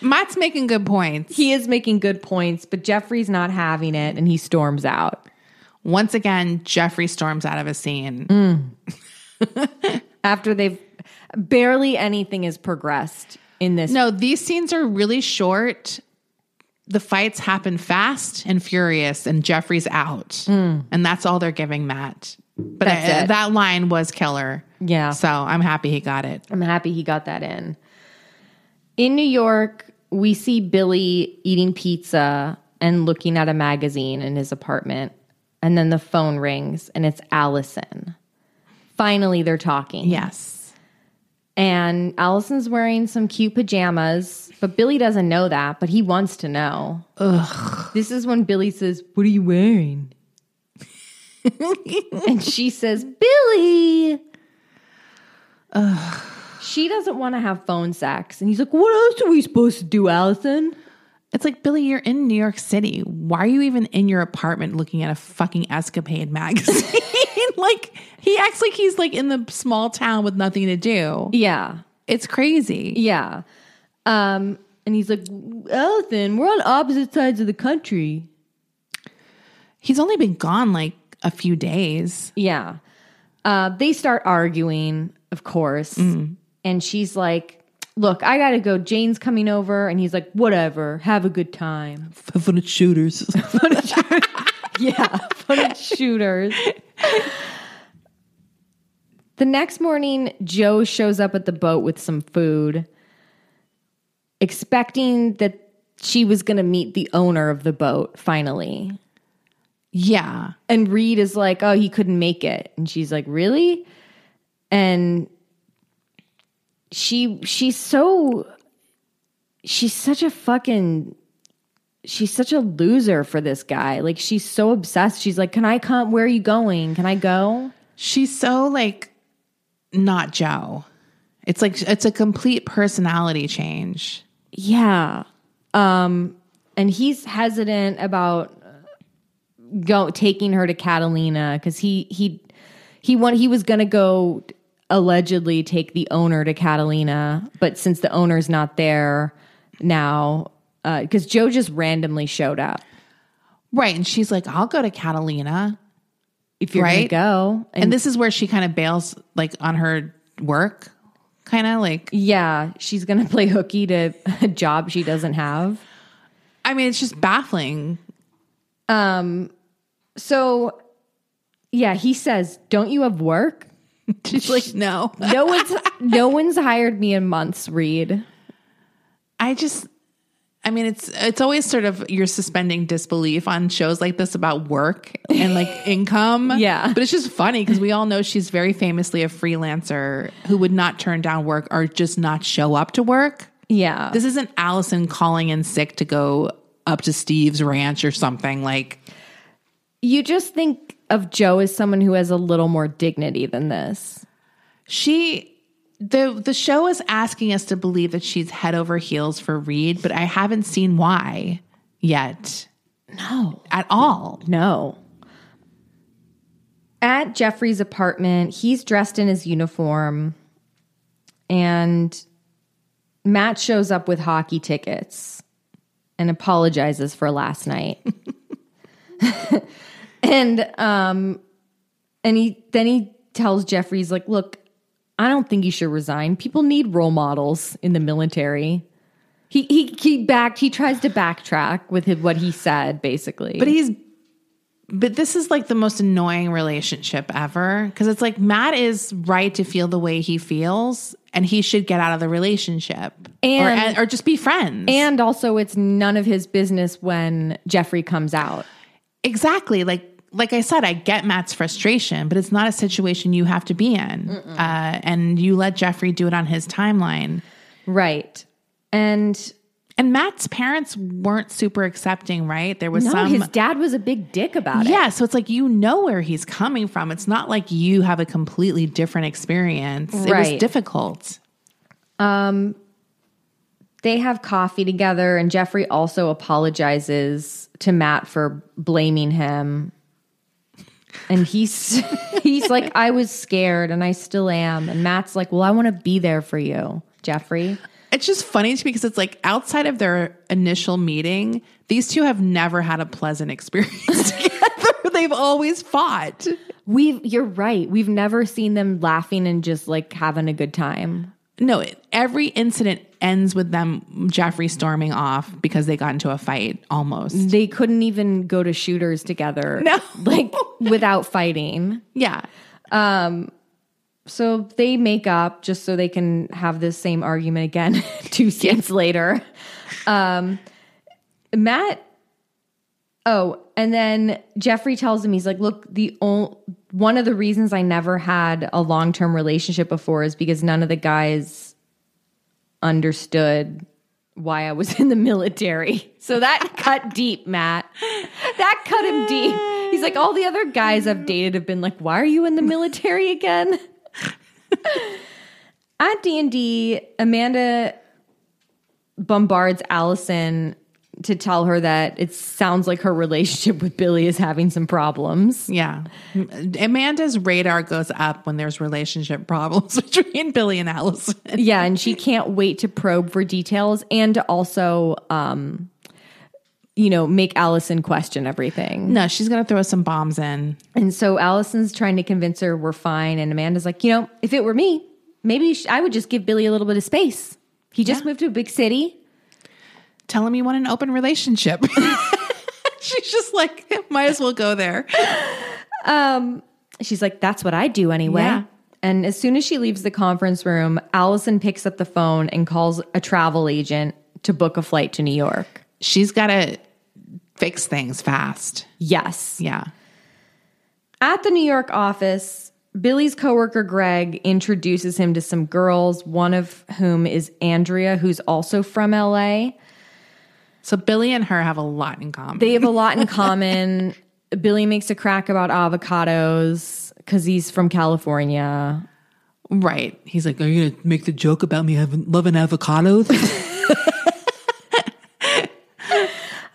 Speaker 3: Matt's making good points.
Speaker 2: he is making good points but jeffrey's not having it and he storms out
Speaker 3: Once again, Jeffrey storms out of a scene.
Speaker 2: after they've barely anything has progressed in this.
Speaker 3: No, these scenes are really short. The fights happen fast and furious, and Jeffrey's out, and that's all they're giving Matt. But I-
Speaker 2: Hmm. it.
Speaker 3: that line was killer.
Speaker 2: Yeah.
Speaker 3: so I'm happy he got it.
Speaker 2: I'm happy he got that in. In New York, we see Billy eating pizza and looking at a magazine in his apartment. And then the phone rings and it's Allison. Finally, they're talking.
Speaker 3: Yes,
Speaker 2: And Allison's wearing some cute pajamas, but Billy doesn't know that, but he wants to know. Ugh. This is when Billy says, What are you wearing? and she says, Billy. Ugh. She doesn't want to have phone sex. And he's like, What else are we supposed to do, Allison?
Speaker 3: it's like Billy, you're in New York City. Why are you even in your apartment looking at a fucking Escapade magazine? like he acts like he's like in the small town with nothing to do.
Speaker 2: Yeah.
Speaker 3: It's crazy.
Speaker 2: Yeah. Um, and he's like, Allison, we're on opposite sides of the country.
Speaker 3: He's only been gone like a few days.
Speaker 2: Yeah. Uh, they start arguing, of course. And she's like, Look, I got to go. Jane's coming over. And he's like, Whatever. Have a good time.
Speaker 3: Fun shooters.
Speaker 2: Yeah. Fun shooters. the next morning, Joe shows up at the boat with some food, expecting that she was going to meet the owner of the boat finally.
Speaker 3: yeah.
Speaker 2: And Reed is like, oh, he couldn't make it. And she's like, really? And she she's so she's such a fucking she's such a loser for this guy. Like she's so obsessed. She's like, Can I come? Where are you going? Can I go?
Speaker 3: She's so like not Joe. It's like it's a complete personality change.
Speaker 2: Yeah. Um and he's hesitant about uh, go taking her to Catalina cuz he he he want he was going to go allegedly take the owner to Catalina, but since the owner's not there now uh cuz Joe just randomly showed up.
Speaker 3: Right. And she's like, I'll go to Catalina.
Speaker 2: If you're going to
Speaker 3: Right.
Speaker 2: go
Speaker 3: And, this is where she kind of bails like on her work, kind of like.
Speaker 2: yeah, she's going to play hooky to a job she doesn't have.
Speaker 3: I mean, it's just baffling.
Speaker 2: Um, So yeah, he says, "Don't you have work?"
Speaker 3: She's like, no.
Speaker 2: no one's no one's hired me in months reed
Speaker 3: I just I mean it's it's always sort of you're suspending disbelief on shows like this about work and like income.
Speaker 2: Yeah.
Speaker 3: But it's just funny because we all know she's very famously a freelancer who would not turn down work or just not show up to work.
Speaker 2: yeah
Speaker 3: This isn't Allison calling in sick to go up to Steve's ranch or something like
Speaker 2: you just think of joe as someone who has a little more dignity than this
Speaker 3: She the the show is asking us to believe that she's head over heels for Reed, but I haven't seen why yet. No. At all.
Speaker 2: no at jeffrey's apartment he's dressed in his uniform and matt shows up with hockey tickets and apologizes for last night and um and he then he tells Jeffries like, "Look, I don't think you should resign. People need role models in the military." He he he backed. He tries to backtrack with his, what he said, basically.
Speaker 3: But he's but this is like the most annoying relationship ever cuz it's like Matt is right to feel the way he feels and he should get out of the relationship
Speaker 2: And-
Speaker 3: or or just be friends.
Speaker 2: and also, it's none of his business when Jeffrey comes out.
Speaker 3: Exactly. Like like I said, I get Matt's frustration, but it's not a situation you have to be in. Uh, and you let Jeffrey do it on his timeline.
Speaker 2: Right. And
Speaker 3: And Matt's parents weren't super accepting, right? There was
Speaker 2: no,
Speaker 3: some.
Speaker 2: his dad was a big dick about it.
Speaker 3: yeah, so it's like you know where he's coming from. It's not like you have a completely different experience. It was
Speaker 2: Right.
Speaker 3: difficult.
Speaker 2: they have coffee together and jeffrey also apologizes to matt for blaming him and he's he's like i was scared and i still am and matt's like well i want to be there for you jeffrey
Speaker 3: It's just funny to me because it's like outside of their initial meeting, these two have never had a pleasant experience together. They've always fought.
Speaker 2: we've you're right we've never seen them laughing and just like having a good time
Speaker 3: No, it, every incident ends with them Jeffrey storming off because they got into a fight almost.
Speaker 2: they couldn't even go to shooters together
Speaker 3: No.
Speaker 2: like without fighting
Speaker 3: Yeah.
Speaker 2: so they make up just so they can have this same argument again two scenes later. Um, Matt. Oh, and then Jeffrey tells him he's like, "Look, the ol one of the reasons I never had a long term relationship before is because none of the guys understood why I was in the military." So that cut deep, Matt. That cut him deep. He's like, "All the other guys I've dated have been like, why are you in the military again?" at d&d amanda bombards allison to tell her that it sounds like her relationship with billy is having some problems
Speaker 3: Yeah. M- Amanda's radar goes up when there's relationship problems between Billy and Allison.
Speaker 2: yeah and she can't wait to probe for details and to also um you know, make Allison question everything.
Speaker 3: No, she's gonna throw some bombs in.
Speaker 2: And so Allison's trying to convince her we're fine. And Amanda's like, you know, if it were me, maybe sh- I would just give Billy a little bit of space. He just moved to a big city.
Speaker 3: Tell him you want an open relationship. she's just like, might as well go there.
Speaker 2: She's like, that's what I do anyway.
Speaker 3: Yeah.
Speaker 2: And as soon as she leaves the conference room, Allison picks up the phone and calls a travel agent to book a flight to New York.
Speaker 3: She's gotta fix things fast.
Speaker 2: Yes.
Speaker 3: Yeah.
Speaker 2: At the New York office, Billy's coworker Greg introduces him to some girls, one of whom is Andrea, who's also from LA.
Speaker 3: So Billy and her have a lot in common.
Speaker 2: They have a lot in common. Billy makes a crack about avocados because he's from California.
Speaker 3: right. He's like, Are you gonna make the joke about me having loving avocados?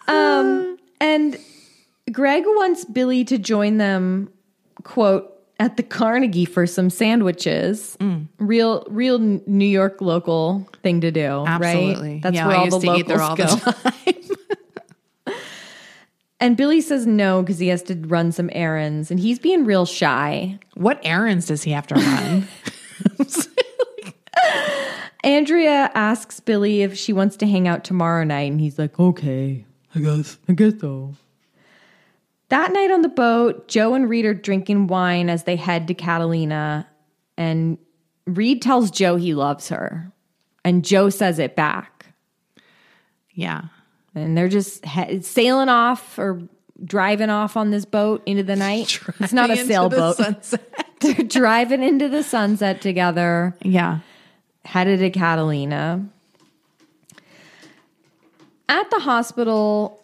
Speaker 2: And Greg wants Billy to join them, quote, at the Carnegie for some sandwiches.
Speaker 3: Mm.
Speaker 2: Real, real New York local thing to do,
Speaker 3: Absolutely.
Speaker 2: right? That's
Speaker 3: Yeah,
Speaker 2: where
Speaker 3: I
Speaker 2: all the
Speaker 3: used to eat there
Speaker 2: locals
Speaker 3: all the
Speaker 2: go. and Billy says no because he has to run some errands, and he's being real shy.
Speaker 3: what errands does he have to run?
Speaker 2: Andrea asks Billy if she wants to hang out tomorrow night, and he's like, okay, I guess, I guess so. That night on the boat, Joe and Reed are drinking wine as they head to Catalina, and Reed tells Joe he loves her, and Joe says it back,
Speaker 3: yeah.
Speaker 2: and they're just he- sailing off or driving off on this boat into the night. it's not a
Speaker 3: Into the
Speaker 2: sailboat.
Speaker 3: sunset.
Speaker 2: they're driving into the sunset together.
Speaker 3: yeah.
Speaker 2: headed to Catalina. At the hospital,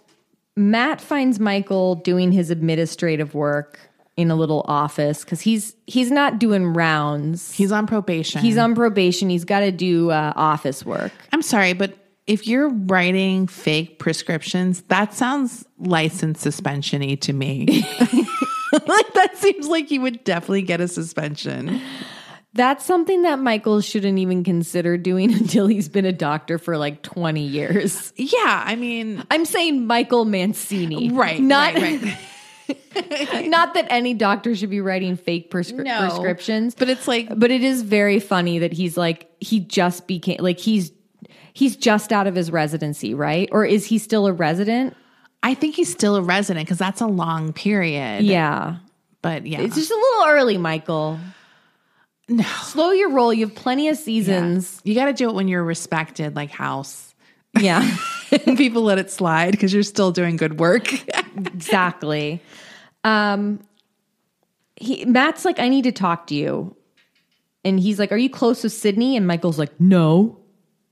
Speaker 2: Matt finds Michael doing his administrative work in a little office because he's he's not doing rounds.
Speaker 3: He's on probation.
Speaker 2: He's on probation. He's got to do uh, office work.
Speaker 3: I'm sorry, but if you're writing fake prescriptions, that sounds license suspension y to me. like that seems like you would definitely get a suspension.
Speaker 2: That's something that Michael shouldn't even consider doing until he's been a doctor for like twenty years.
Speaker 3: Yeah, I mean,
Speaker 2: I'm saying Michael Mancini,
Speaker 3: right.
Speaker 2: Not
Speaker 3: right, right.
Speaker 2: not that any doctor should be writing fake prescri-
Speaker 3: No.
Speaker 2: prescriptions,
Speaker 3: But it's like-
Speaker 2: but it is very funny that he's like he just became like he's he's just out of his residency, right? Or is he still a resident?
Speaker 3: I think he's still a resident because that's a long period.
Speaker 2: Yeah,
Speaker 3: But yeah.
Speaker 2: it's just a little early, Michael.
Speaker 3: No.
Speaker 2: slow your roll. You have plenty of seasons.
Speaker 3: you got to do it when you're respected, like house.
Speaker 2: Yeah,
Speaker 3: People let it slide because you're still doing good work.
Speaker 2: exactly. Um, he Matt's like, I need to talk to you, and he's like, Are you close with Sydney? And Michael's like, No,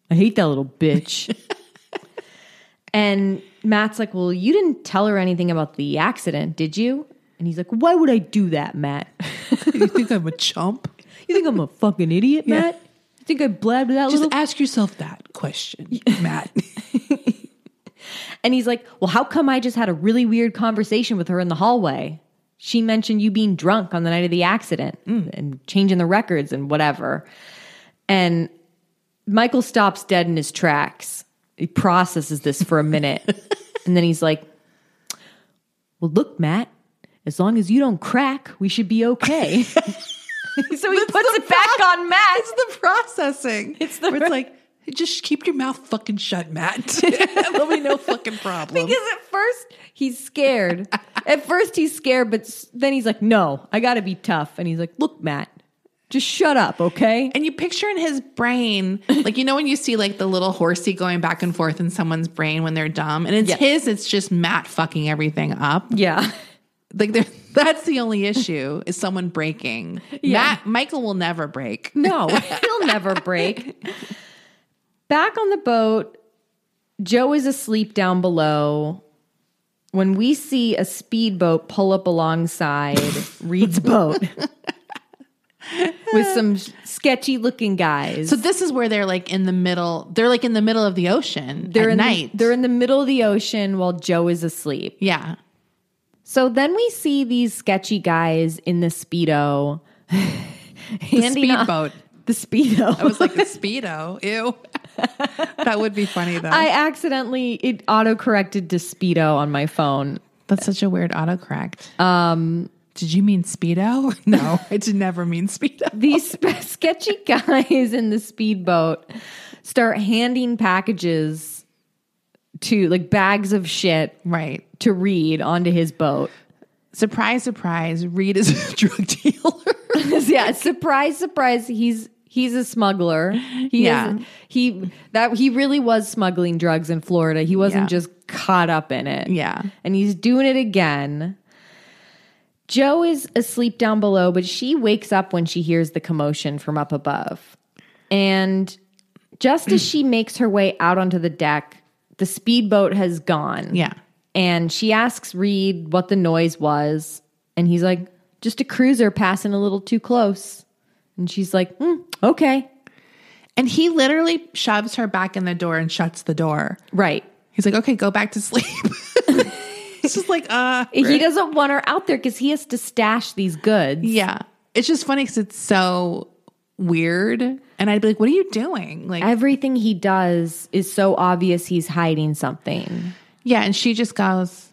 Speaker 2: I hate that little bitch. And Matt's like, Well, you didn't tell her anything about the accident, did you? And he's like, Why would I do that, Matt?
Speaker 3: you think I'm a chump?
Speaker 2: You think I'm a fucking idiot, Matt? You think I blabbed that little?
Speaker 3: ask yourself that question, Matt.
Speaker 2: and he's like, Well, how come I just had a really weird conversation with her in the hallway? She mentioned you being drunk on the night of the accident
Speaker 3: Mm.
Speaker 2: and changing the records and whatever. And Michael stops dead in his tracks. He processes this for a minute. and then he's like, Well, look, Matt, as long as you don't crack, we should be okay. so he puts it back on Matt.
Speaker 3: It's the processing. It's the it's like just keep your mouth fucking shut, Matt. There'll be no fucking problem.
Speaker 2: Because at first he's scared. at first he's scared, but s- then he's like, "No, I got to be tough." And he's like, "Look, Matt, just shut up, okay?"
Speaker 3: and you picture in his brain, like you know when you see like the little horsey going back and forth in someone's brain when they're dumb, and it's
Speaker 2: Yeah.
Speaker 3: his. It's just Matt fucking everything up.
Speaker 2: Yeah,
Speaker 3: Like there- that's the only issue is someone breaking. Matt Michael will never break.
Speaker 2: no, he'll never break. Back on the boat, Joe is asleep down below. When we see a speedboat pull up alongside Reed's boat with some sketchy looking guys.
Speaker 3: So this is where they're like in the middle. They're like in the middle of the ocean.
Speaker 2: they're
Speaker 3: at
Speaker 2: in
Speaker 3: night.
Speaker 2: The, they're in the middle of the ocean while Joe is asleep.
Speaker 3: yeah.
Speaker 2: So then we see these sketchy guys in the speedo,
Speaker 3: The
Speaker 2: handing out-
Speaker 3: speedboat.
Speaker 2: the speedo.
Speaker 3: I was like the speedo. Ew. that would be funny though.
Speaker 2: I accidentally it auto corrected to speedo on my phone.
Speaker 3: That's such a weird autocorrect. Um, did you mean speedo? No, I did never mean speedo.
Speaker 2: These sp- sketchy guys in the speedboat start handing packages to like bags of shit
Speaker 3: Right.
Speaker 2: to read onto his boat.
Speaker 3: Surprise, surprise. Reed is a drug dealer.
Speaker 2: yeah, surprise, surprise. He's he's a smuggler. He
Speaker 3: Yeah.
Speaker 2: is, he that he really was smuggling drugs in Florida. He wasn't
Speaker 3: Yeah.
Speaker 2: just caught up in it.
Speaker 3: Yeah.
Speaker 2: and he's doing it again. Joe is asleep down below, but she wakes up when she hears the commotion from up above. And just as she makes her way out onto the deck, the speedboat has gone.
Speaker 3: Yeah.
Speaker 2: And she asks Reed what the noise was. And he's like, just a cruiser passing a little too close. And she's like, "Hmm, okay.
Speaker 3: And he literally shoves her back in the door and shuts the door.
Speaker 2: Right.
Speaker 3: He's like, okay, go back to sleep. it's just like, uh,
Speaker 2: He doesn't want her out there because he has to stash these goods.
Speaker 3: yeah. It's just funny because it's so weird. And I'd be like, what are you doing? Like,
Speaker 2: Everything he does is so obvious he's hiding something.
Speaker 3: yeah. And she just goes,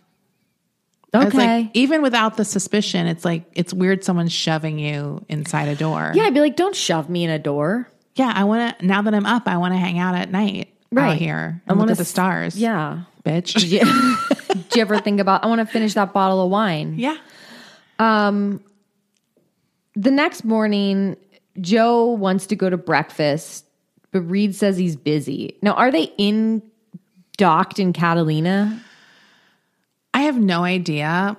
Speaker 3: I was
Speaker 2: Okay.
Speaker 3: like, even without the suspicion, it's like, it's weird someone's shoving you inside a door.
Speaker 2: yeah, I'd be like, don't shove me in a door.
Speaker 3: Yeah. I want to, now that I'm up, I want to hang out at night
Speaker 2: Right.
Speaker 3: out here
Speaker 2: I
Speaker 3: and look
Speaker 2: wanna
Speaker 3: at the
Speaker 2: s-
Speaker 3: stars.
Speaker 2: Yeah.
Speaker 3: Bitch.
Speaker 2: Yeah. Did you ever think about, I want to finish that bottle of wine?
Speaker 3: yeah.
Speaker 2: The next morning, Joe wants to go to breakfast, but Reed says he's busy. Now, are they in docked in Catalina?
Speaker 3: I have no idea.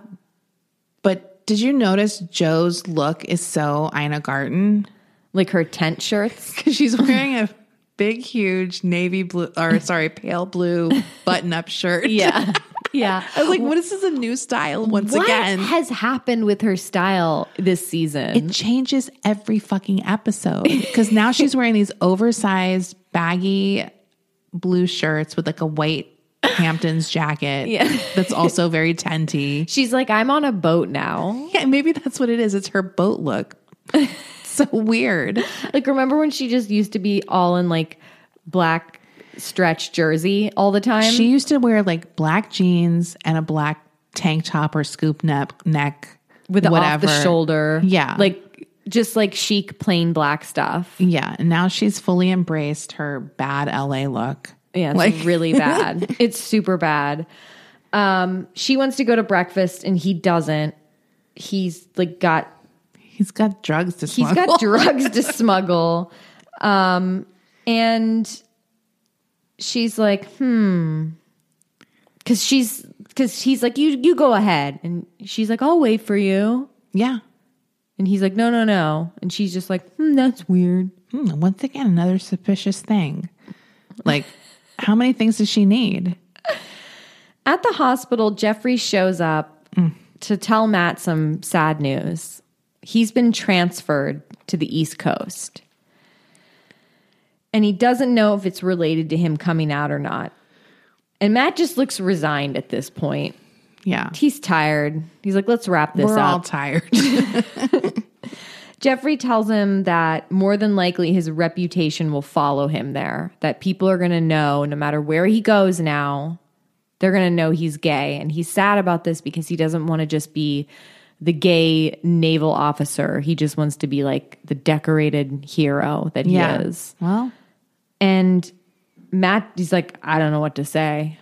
Speaker 3: But did you notice Joe's look is so Ina Garten?
Speaker 2: Like her tent shirts?
Speaker 3: Because she's wearing a big, huge navy blue, or sorry, pale blue button up shirt.
Speaker 2: Yeah. yeah.
Speaker 3: I was like, what is this a new style once
Speaker 2: What
Speaker 3: again?
Speaker 2: has happened with her style this season?
Speaker 3: it changes every fucking episode because now she's wearing these oversized, baggy blue shirts with like a white Hamptons jacket that's also very tenty.
Speaker 2: She's like, I'm on a boat now.
Speaker 3: Yeah, maybe that's what it is. It's her boat look. so weird.
Speaker 2: Like, remember when she just used to be all in like black stretch jersey all the time?
Speaker 3: She used to wear like black jeans and a black tank top or scoop neck, neck
Speaker 2: with the off the
Speaker 3: whatever.
Speaker 2: shoulder.
Speaker 3: Yeah.
Speaker 2: Like, just like chic, plain black stuff.
Speaker 3: Yeah, and now she's fully embraced her bad LA look.
Speaker 2: Yeah, it's really bad. It's super bad. Um, she wants to go to breakfast and he doesn't. He's like got
Speaker 3: He's got drugs to
Speaker 2: he's
Speaker 3: smoke.
Speaker 2: got drugs to smuggle. Um, and she's like, hmm, because she's because he's like, you you go ahead, and she's like, I'll wait for you,
Speaker 3: yeah.
Speaker 2: and he's like, no, no, no, and she's just like, hmm, that's weird.
Speaker 3: Hmm, once again, another suspicious thing. Like, how many things does she need?
Speaker 2: At the hospital, Jeffrey shows up to tell Matt some sad news. He's been transferred to the East Coast. And he doesn't know if it's related to him coming out or not. And Matt just looks resigned at this point.
Speaker 3: Yeah.
Speaker 2: He's tired. He's like, let's wrap this
Speaker 3: We're
Speaker 2: up.
Speaker 3: all tired.
Speaker 2: Jeffrey tells him that more than likely his reputation will follow him there, that people are going to know no matter where he goes now, they're going to know he's gay. And he's sad about this because he doesn't want to just be the gay naval officer. He just wants to be like the decorated hero that he
Speaker 3: Yeah.
Speaker 2: is.
Speaker 3: well,
Speaker 2: And Matt, he's like, I don't know what to say.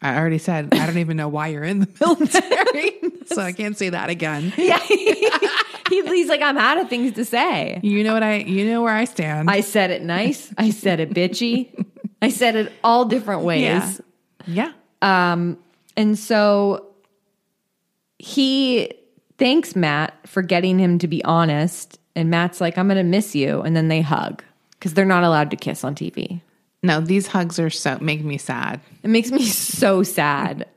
Speaker 3: I already said I don't even know why you're in the military. so I can't say that again.
Speaker 2: Yeah. he's like, I'm out of things to say.
Speaker 3: You know what I you know where I stand.
Speaker 2: I said it nice. I said it bitchy. I said it all different ways.
Speaker 3: Yeah. yeah.
Speaker 2: Um, And so he thanks Matt for getting him to be honest. And Matt's like, I'm going to miss you. And then they hug because they're not allowed to kiss on TV.
Speaker 3: No, these hugs are so make me sad.
Speaker 2: It makes me so sad.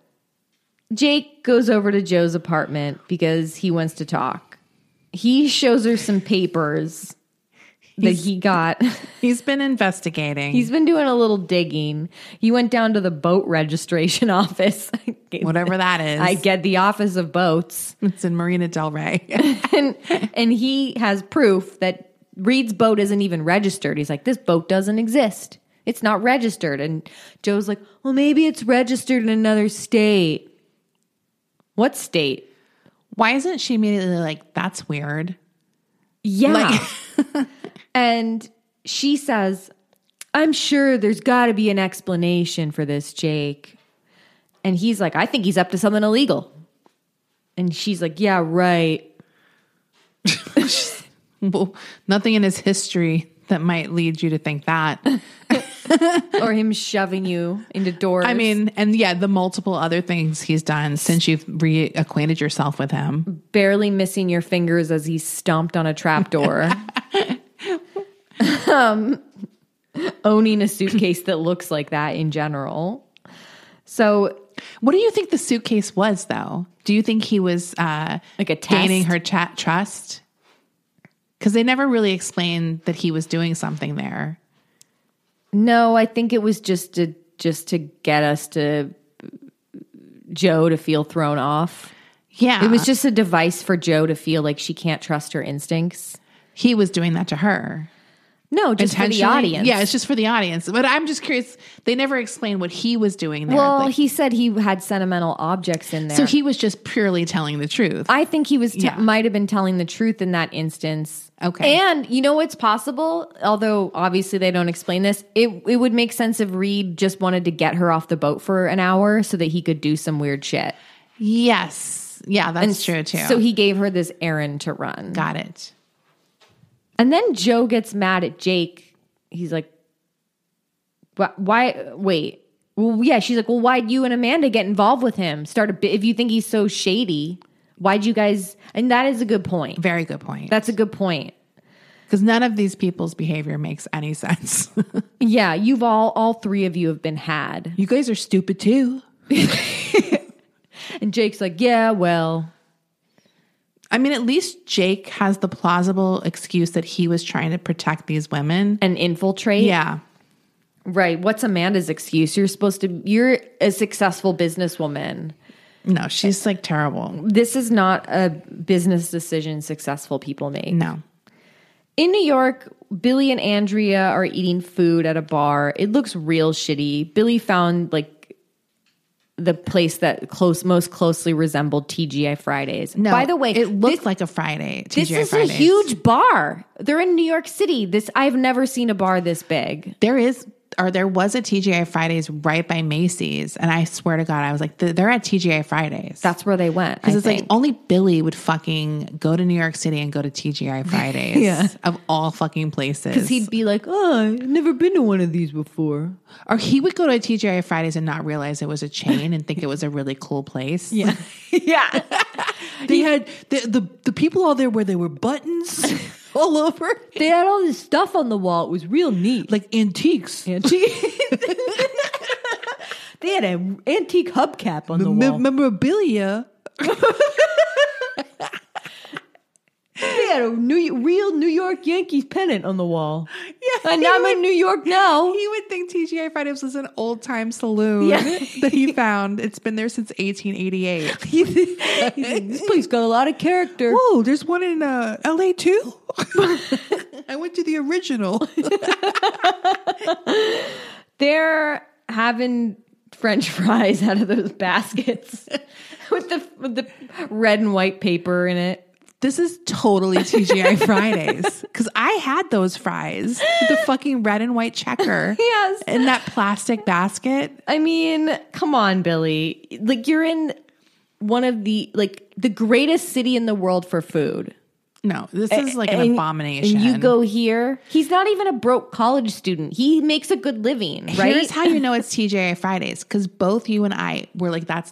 Speaker 2: Jake goes over to Joe's apartment because he wants to talk. He shows her some papers that he got.
Speaker 3: He's been investigating.
Speaker 2: He's been doing a little digging. He went down to the boat registration office.
Speaker 3: whatever that is.
Speaker 2: I get the office of boats.
Speaker 3: it's in Marina Del Rey.
Speaker 2: and and he has proof that Reed's boat isn't even registered. He's like, this boat doesn't exist. It's not registered. And Joe's like, well, maybe it's registered in another state. What state?
Speaker 3: Why isn't she immediately like, that's weird?
Speaker 2: Yeah. and she says, I'm sure there's got to be an explanation for this, Jake. And he's like, I think he's up to something illegal. And she's like, Yeah, right.
Speaker 3: Well, nothing in his history that might lead you to think that.
Speaker 2: or him shoving you into doors.
Speaker 3: I mean, and yeah, the multiple other things he's done since you've reacquainted yourself with him.
Speaker 2: barely missing your fingers as he stomped on a trapdoor. um, owning a suitcase that looks like that in general. So,
Speaker 3: What do you think the suitcase was, though? Do you think he was uh,
Speaker 2: like a
Speaker 3: gaining
Speaker 2: test.
Speaker 3: her chat trust? Because they never really explained that he was doing something there.
Speaker 2: No, I think it was just to just to get us to Joe to feel thrown off.
Speaker 3: Yeah,
Speaker 2: It was just a device for Joe to feel like she can't trust her instincts.
Speaker 3: he was doing that to her.
Speaker 2: No, just for the
Speaker 3: Intentionally?
Speaker 2: audience.
Speaker 3: Yeah, it's just for the audience. But I'm just curious. They never explained what he was doing there.
Speaker 2: well,
Speaker 3: Like,
Speaker 2: he said he had sentimental objects in there.
Speaker 3: so he was just purely telling the truth.
Speaker 2: I think he was te-
Speaker 3: Yeah.
Speaker 2: might have been telling the truth in that instance.
Speaker 3: Okay.
Speaker 2: And you know what's possible? Although obviously they don't explain this, it it would make sense if Reed just wanted to get her off the boat for an hour so that he could do some weird shit.
Speaker 3: yes. Yeah, that's true too.
Speaker 2: So he gave her this errand to run.
Speaker 3: got it.
Speaker 2: And then Joe gets mad at Jake. He's like, "Why? why wait." Well, yeah, she's like, "Well, why'd you and Amanda get involved with him? Start a bi- if you think he's so shady, why'd you guys?" And that is a good point.
Speaker 3: Very good point.
Speaker 2: That's a good point.
Speaker 3: Because none of these people's behavior makes any sense.
Speaker 2: Yeah, you've all all three of you have been had.
Speaker 3: you guys are stupid too.
Speaker 2: And Jake's like, "Yeah, well,
Speaker 3: I mean, at least Jake has the plausible excuse that he was trying to protect these women.
Speaker 2: and infiltrate."
Speaker 3: Yeah.
Speaker 2: Right. What's Amanda's excuse? You're supposed to you're a successful businesswoman.
Speaker 3: No, she's like terrible.
Speaker 2: This is not a business decision successful people make.
Speaker 3: No.
Speaker 2: In New York, Billy and Andrea are eating food at a bar. It looks real shitty. Billy found like the place that close most closely resembled TGI Fridays.
Speaker 3: No.
Speaker 2: By the way,
Speaker 3: it looked
Speaker 2: this,
Speaker 3: like a Friday.
Speaker 2: this
Speaker 3: TGI
Speaker 2: is a
Speaker 3: Fridays.
Speaker 2: huge bar. They're in New York City. This I've never seen a bar this big.
Speaker 3: There is, or there was a TGI Fridays right by Macy's. And I swear to God, I was like, "Th- they're at TGI Fridays.
Speaker 2: That's where they went. I
Speaker 3: Because it's like
Speaker 2: think.
Speaker 3: only Billy would fucking go to New York City and go to TGI Fridays
Speaker 2: Yeah.
Speaker 3: of all fucking places.
Speaker 2: he'd be like, "Oh, I've never been to one of these before."
Speaker 3: or he would go to TGI Fridays and not realize it was a chain and think it was a really cool place. Yeah.
Speaker 2: yeah.
Speaker 3: They had the, the the people all there where they were buttons all over.
Speaker 2: They had all this stuff on the wall. It was real neat.
Speaker 3: Like antiques.
Speaker 2: They had an antique hubcap on the wall.
Speaker 3: memorabilia.
Speaker 2: They had a new, real New York Yankees pennant on the wall. Yeah, and I'm in New York now.
Speaker 3: He would think TGI Fridays was an old time saloon
Speaker 2: Yeah.
Speaker 3: that he found. It's been there since 1888.
Speaker 2: He's like, this place got a lot of character.
Speaker 3: Whoa, there's one in uh, LA too. I went to the original.
Speaker 2: They're having French fries out of those baskets with the with the red and white paper in it.
Speaker 3: This is totally TGI Fridays because I had those fries, with the fucking red and white checker.
Speaker 2: Yes.
Speaker 3: In that plastic basket.
Speaker 2: I mean, come on, Billy. Like you're in one of the like the greatest city in the world for food.
Speaker 3: No, this is like an
Speaker 2: And-
Speaker 3: abomination.
Speaker 2: And you go here. He's not even a broke college student. He makes a good living, right?
Speaker 3: Here's how you know it's TGI Fridays because both you and I were like, that's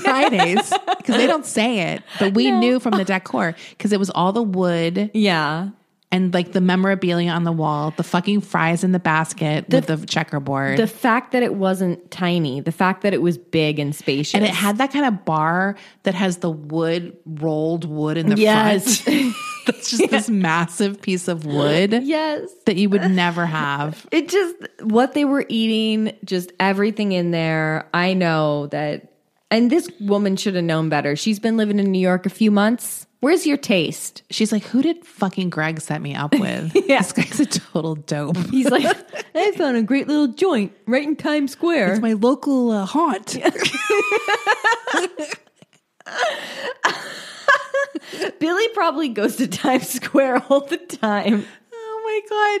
Speaker 3: Fridays because they don't say it, but we knew from the decor because it was all the wood
Speaker 2: yeah.
Speaker 3: and like the memorabilia on the wall, the fucking fries in the basket with the checkerboard.
Speaker 2: The fact that it wasn't tiny, the fact that it was big and spacious.
Speaker 3: and it had that kind of bar that has the wood rolled wood in the
Speaker 2: Yes.
Speaker 3: front. That's just this massive piece of wood
Speaker 2: yes.
Speaker 3: that you would never have.
Speaker 2: It just what they were eating, just everything in there. I know that and this woman should have known better. She's been living in New York a few months. Where's your taste?
Speaker 3: She's like, who did fucking Greg set me up with?
Speaker 2: Yeah.
Speaker 3: This guy's a total dope.
Speaker 2: He's like, I found a great little joint right in Times Square.
Speaker 3: my local uh, haunt.
Speaker 2: Billy probably goes to Times Square all the time.
Speaker 3: Oh my God.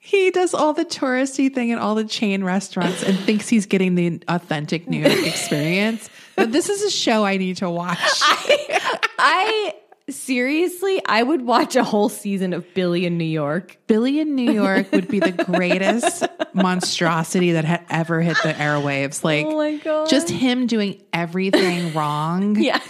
Speaker 3: He does all the touristy thing at all the chain restaurants and thinks he's getting the authentic New York experience. But this is a show I need to watch.
Speaker 2: I seriously, I would watch a whole season of Billy in New York.
Speaker 3: Billy in New York would be the greatest monstrosity that had ever hit the airwaves. Like,
Speaker 2: Oh my God.
Speaker 3: just him doing everything wrong.
Speaker 2: Yeah.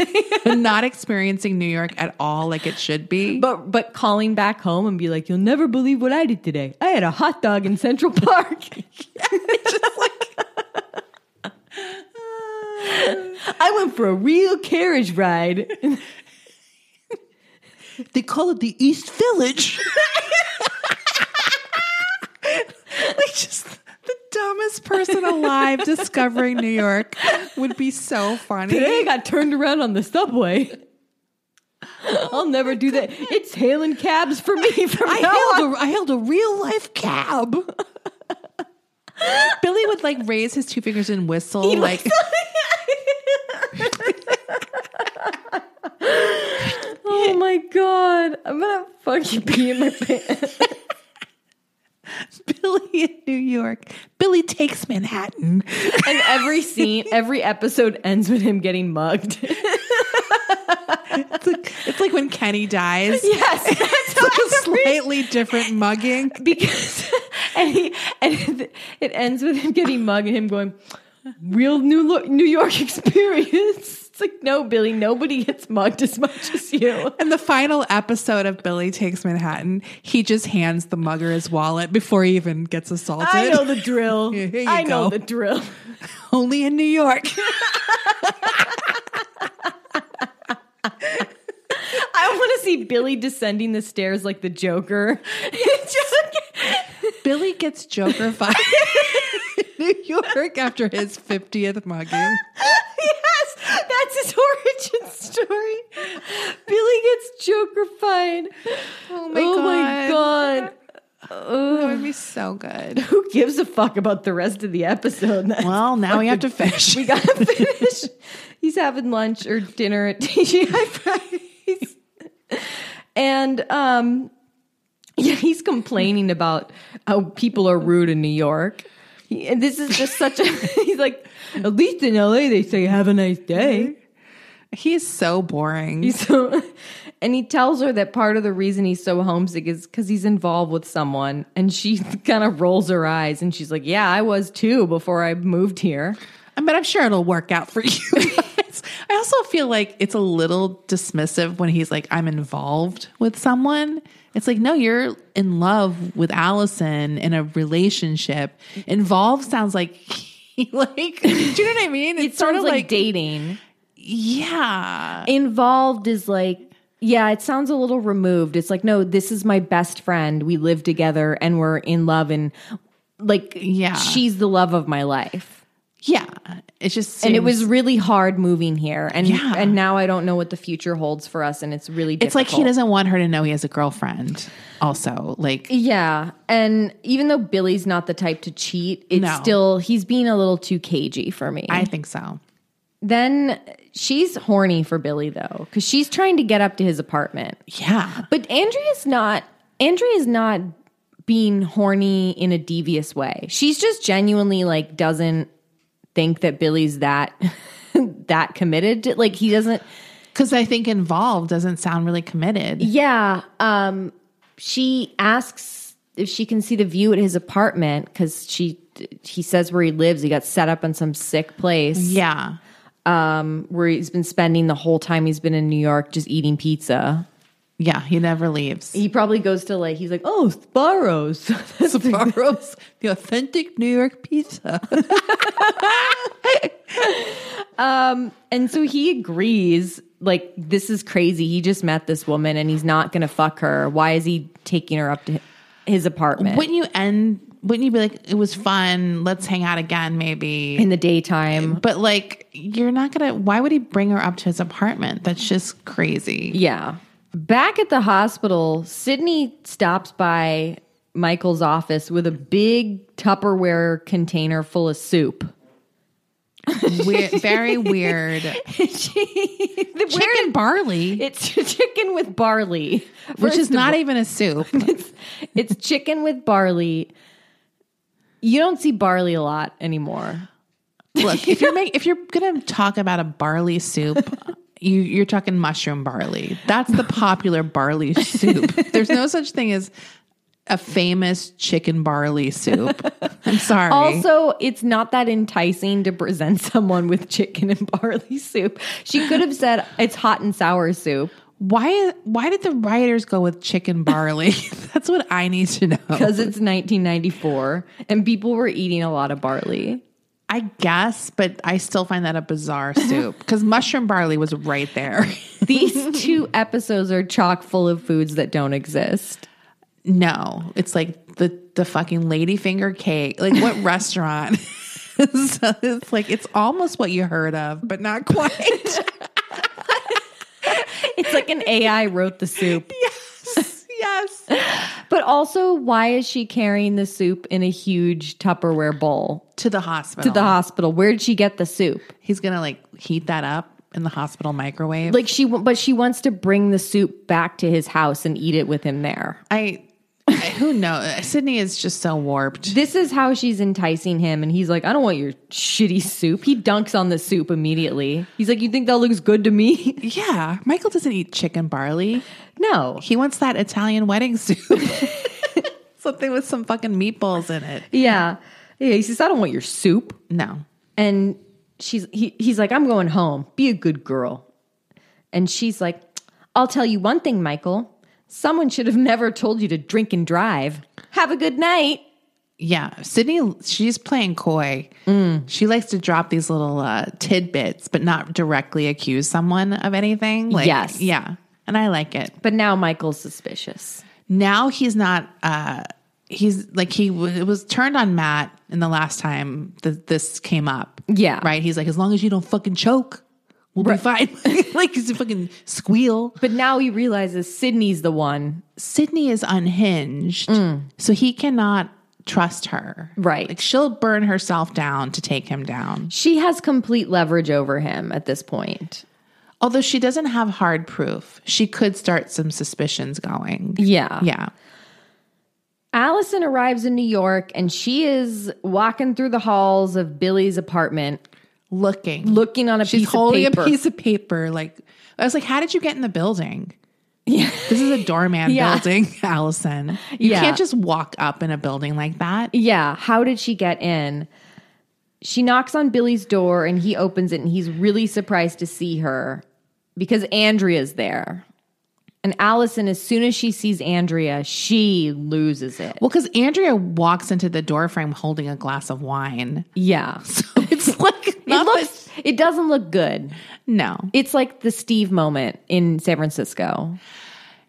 Speaker 3: and not experiencing New York at all like it should be.
Speaker 2: But but calling back home and be like, you'll never believe what I did today. I had a hot dog in Central Park. I went for a real carriage ride.
Speaker 3: they call it the East Village. like just the dumbest person alive discovering New York would be so funny.
Speaker 2: Today I got turned around on the subway. I'll never do that. It's hailing cabs for me from now
Speaker 3: Oh I
Speaker 2: on.
Speaker 3: held, a, I held a real life cab. Billy would like raise his two fingers and whistle like
Speaker 2: Oh my god. I'm gonna fucking pee in my pants.
Speaker 3: Billy in New York. Billy takes Manhattan.
Speaker 2: And every scene, every episode ends with him getting mugged.
Speaker 3: It's like, it's like when Kenny dies.
Speaker 2: Yes.
Speaker 3: It's like a slightly different mugging.
Speaker 2: because and he and it, it ends with him getting mugged and him going real new Lo- new york experience it's like no billy nobody gets mugged as much as you
Speaker 3: In the final episode of Billy Takes Manhattan, he just hands the mugger his wallet before he even gets assaulted.
Speaker 2: i know the drill
Speaker 3: Here you
Speaker 2: i know the
Speaker 3: go.
Speaker 2: drill
Speaker 3: Only in New York.
Speaker 2: i want to see billy descending the stairs like the joker
Speaker 3: Billy gets Jokerfied in New York after his 50th mugging.
Speaker 2: yes that's his origin story billy gets jokerfied
Speaker 3: Oh
Speaker 2: oh my god
Speaker 3: That would be so good.
Speaker 2: who gives a fuck about the rest of the episode
Speaker 3: Well, now we have to finish.
Speaker 2: We gotta finish. He's having lunch or dinner at TGI Fridays, and um, yeah, he's complaining about how people are rude in New York. He- and this is just such a. He's like, at least in LA they say have a nice day.
Speaker 3: He's so boring.
Speaker 2: He's so, and he tells her that part of the reason he's so homesick is because he's involved with someone, and she kind of rolls her eyes and she's like, "Yeah, I was too before I moved here."
Speaker 3: I mean, I'm sure it'll work out for you. guys. I also feel like it's a little dismissive when he's like, I'm involved with someone. It's like, no, you're in love with Allison in a relationship. Involved sounds like, like, do you know what I mean? It's, sort of
Speaker 2: Sounds
Speaker 3: like,
Speaker 2: dating.
Speaker 3: yeah.
Speaker 2: involved is like yeah it sounds a little removed it's like no this is my best friend we live together and we're in love and like
Speaker 3: Yeah.
Speaker 2: she's the love of my life
Speaker 3: Yeah. It's just,
Speaker 2: and it was
Speaker 3: seems-
Speaker 2: really hard moving here and
Speaker 3: Yeah.
Speaker 2: and now i don't know what the future holds for us and it's really
Speaker 3: it's
Speaker 2: difficult.
Speaker 3: like he doesn't want her to know he has a girlfriend, also. Like,
Speaker 2: yeah and even though billy's not the type to cheat it's
Speaker 3: No.
Speaker 2: still he's being a little too cagey for me
Speaker 3: I think so.
Speaker 2: then she's horny for billy though because she's trying to get up to his apartment
Speaker 3: Yeah.
Speaker 2: But Andrea's not Andrea's not being horny in a devious way. She's just genuinely like doesn't think that Billy's that that committed. to- Like he doesn't
Speaker 3: Because I think involved doesn't sound really committed.
Speaker 2: Yeah, um she asks if she can see the view at his apartment cuz she he says where he lives. He got set up in some sick place
Speaker 3: Yeah.
Speaker 2: where he's been spending the whole time he's been in New York just eating pizza.
Speaker 3: Yeah. He never leaves.
Speaker 2: He probably goes to like he's like, "Oh, Sparrows." That's the-
Speaker 3: Sparrows, the authentic New York pizza.
Speaker 2: Um, And so he agrees, like, this is crazy. He just met this woman and he's not going to fuck her. Why is he taking her up to his apartment
Speaker 3: Wouldn't you end? Wouldn't you be like, it was fun. Let's hang out again, maybe.
Speaker 2: in the daytime?
Speaker 3: But like, you're not gonna. Why would he bring her up to his apartment? That's just crazy.
Speaker 2: Yeah. Back at the hospital, Sydney stops by Michael's office with a big Tupperware container full of soup.
Speaker 3: Weird, very weird.
Speaker 2: She- the
Speaker 3: Chicken
Speaker 2: weird-
Speaker 3: barley,
Speaker 2: It's chicken with barley,
Speaker 3: which
Speaker 2: First
Speaker 3: is
Speaker 2: of
Speaker 3: not even a soup.
Speaker 2: it's chicken with barley. You don't see barley a lot anymore.
Speaker 3: Look, if you're make, if you're gonna talk about a barley soup, you you're talking mushroom barley. That's the popular barley soup. There's no such thing as a famous chicken barley soup. I'm sorry.
Speaker 2: Also, it's not that enticing to present someone with chicken and barley soup. She could have said it's hot and sour soup
Speaker 3: why why did the writers go with chicken barley? That's what I need to know.
Speaker 2: because it's 1994 and people were eating a lot of barley.
Speaker 3: I guess, but I still find that a bizarre soup because mushroom barley was right there.
Speaker 2: These two episodes are chock full of foods that don't exist.
Speaker 3: No, it's like the the fucking ladyfinger cake. Like what restaurant? so it's like it's almost what you heard of, but not quite.
Speaker 2: It's like an AI wrote the soup.
Speaker 3: yes.
Speaker 2: But also, why is she carrying the soup in a huge Tupperware bowl
Speaker 3: To the hospital.
Speaker 2: to the hospital? Where did she get the soup?
Speaker 3: He's gonna like heat that up in the hospital microwave.
Speaker 2: Like she, wa- but she wants to bring the soup back to his house and eat it with him there.
Speaker 3: I, I who knows? Sydney is just so warped.
Speaker 2: This is how she's enticing him, and he's like, "I don't want your shitty soup." He dunks on the soup immediately. He's like, "You think that looks good to me?"
Speaker 3: Yeah. Michael doesn't eat chicken barley.
Speaker 2: no.
Speaker 3: He wants that Italian wedding soup. Something with some fucking meatballs in it.
Speaker 2: Yeah. Yeah. He says, "I don't want your soup."
Speaker 3: No.
Speaker 2: and she's he, he's like i'm going home be a good girl and she's like i'll tell you one thing michael someone should have never told you to drink and drive have a good night
Speaker 3: Yeah, Sydney, she's playing coy. She likes to drop these little uh, tidbits, but not directly accuse someone of anything. Like,
Speaker 2: Yes.
Speaker 3: yeah, and I like it.
Speaker 2: but now michael's suspicious
Speaker 3: Now he's not. Uh, he's like he w- was turned on Matt in the last time that this came up.
Speaker 2: Yeah.
Speaker 3: right. He's like, as long as you don't fucking choke, we'll be fine. like he's a fucking squeal.
Speaker 2: but now he realizes sydney's the one
Speaker 3: Sydney is unhinged, so he cannot trust her.
Speaker 2: Mm. Right.
Speaker 3: like she'll burn herself down to take him down.
Speaker 2: she has complete leverage over him at this point
Speaker 3: Although she doesn't have hard proof, she could start some suspicions going.
Speaker 2: yeah
Speaker 3: Yeah.
Speaker 2: allison arrives in new york and she is walking through the halls of billy's apartment
Speaker 3: Looking.
Speaker 2: looking on a
Speaker 3: She's
Speaker 2: piece
Speaker 3: holding
Speaker 2: of paper
Speaker 3: a piece of paper. Like, I was like, how did you get in the building? Yeah. This is a doorman
Speaker 2: Yeah.
Speaker 3: building, Allison. You
Speaker 2: Yeah.
Speaker 3: can't just walk up in a building like that.
Speaker 2: Yeah. How did she get in? She knocks on Billy's door and he opens it and he's really surprised to see her because Andrea's there. And Allison, as soon as she sees Andrea, she loses it.
Speaker 3: Well, because Andrea walks into the doorframe holding a glass of wine.
Speaker 2: Yeah.
Speaker 3: It's like,
Speaker 2: It
Speaker 3: not
Speaker 2: looks it doesn't look good.
Speaker 3: that- no.
Speaker 2: It's like the Steve moment in San Francisco.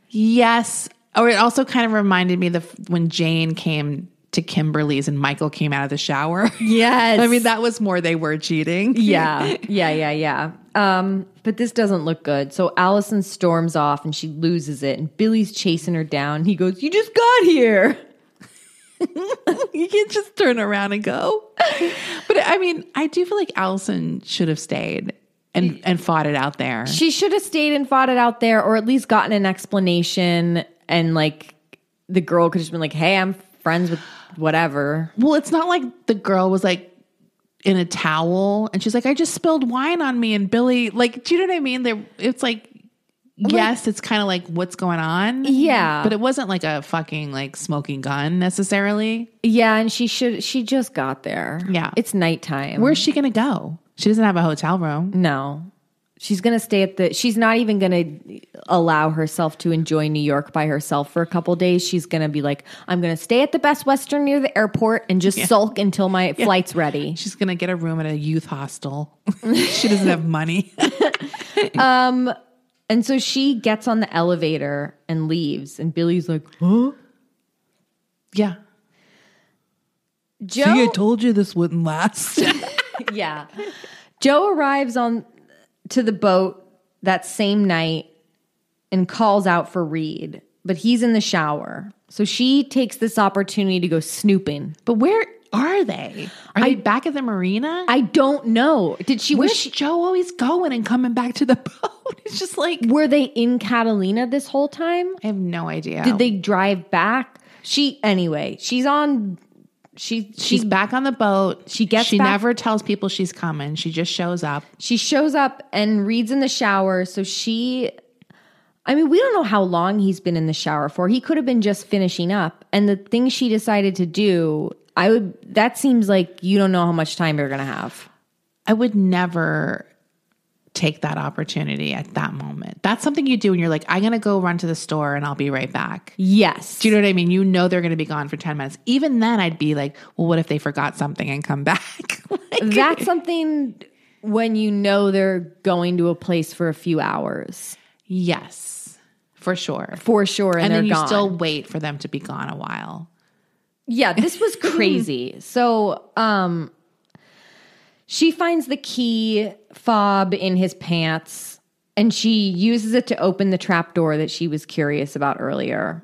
Speaker 3: Yes. Or it also kind of reminded me the when Jane came to Kimberly's and Michael came out of the shower.
Speaker 2: Yes.
Speaker 3: I mean, that was more they were cheating.
Speaker 2: yeah, yeah, yeah, yeah. Um, but this doesn't look good. So Allison storms off and she loses it, and Billy's chasing her down. He goes, "You just got here."
Speaker 3: you can't just turn around and go. But I mean, I do feel like Allison should have stayed and and fought it out there.
Speaker 2: She should have stayed and fought it out there, or at least gotten an explanation. And like, the girl could have just been like, "Hey, I'm friends with whatever."
Speaker 3: Well, it's not like the girl was like in a towel and she's like, I just spilled wine on me and Billy. Like, do you know what I mean? There, it's like. Yes, it's kind of like what's going on.
Speaker 2: Yeah.
Speaker 3: But it wasn't like a fucking like smoking gun necessarily.
Speaker 2: Yeah, and she should. She just got there.
Speaker 3: Yeah.
Speaker 2: it's nighttime.
Speaker 3: Where's she going to go? She doesn't have a hotel room.
Speaker 2: No. She's going to stay at the she's not even going to allow herself to enjoy New York by herself for a couple days. She's going to be like, I'm going to stay at the Best Western near the airport and just sulk until my flight's ready.
Speaker 3: She's going to get a room at a youth hostel. she doesn't have money.
Speaker 2: And so she gets on the elevator and leaves and Billy's like, "Huh?
Speaker 3: yeah.
Speaker 2: Joe?"
Speaker 3: told you this wouldn't last.
Speaker 2: yeah. Joe arrives on to the boat that same night and calls out for Reed, but he's in the shower. So she takes this opportunity to go snooping.
Speaker 3: But where are they? Are they back at the marina?
Speaker 2: I don't know. Did she
Speaker 3: Where's
Speaker 2: was she,
Speaker 3: Joe always going and coming back to the boat? It's just like
Speaker 2: were they in Catalina this whole time?
Speaker 3: I have no idea.
Speaker 2: Did they drive back? She anyway, she's on she
Speaker 3: She's
Speaker 2: she
Speaker 3: back on the boat.
Speaker 2: She gets
Speaker 3: She
Speaker 2: back-
Speaker 3: never tells people she's coming. She just shows up.
Speaker 2: she shows up and reads in the shower. So she I mean, we don't know how long he's been in the shower for. He could have been just finishing up. And the thing she decided to do, I would that seems like you don't know how much time you're going to have.
Speaker 3: I would never take that opportunity at that moment. That's something you do when you're like, I'm gonna go run to the store and I'll be right back.
Speaker 2: Yes.
Speaker 3: Do you know what I mean? You know they're gonna be gone for 10 minutes. Even then I'd be like, well, what if they forgot something and come back? Like-
Speaker 2: That's something when you know they're going to a place for a few hours
Speaker 3: yes, for sure.
Speaker 2: for sure, and,
Speaker 3: and
Speaker 2: they're
Speaker 3: then you
Speaker 2: gone.
Speaker 3: still wait for them to be gone a while.
Speaker 2: yeah, this was crazy. so, um, she finds the key fob in his pants, and she uses it to open the trap door that she was curious about earlier.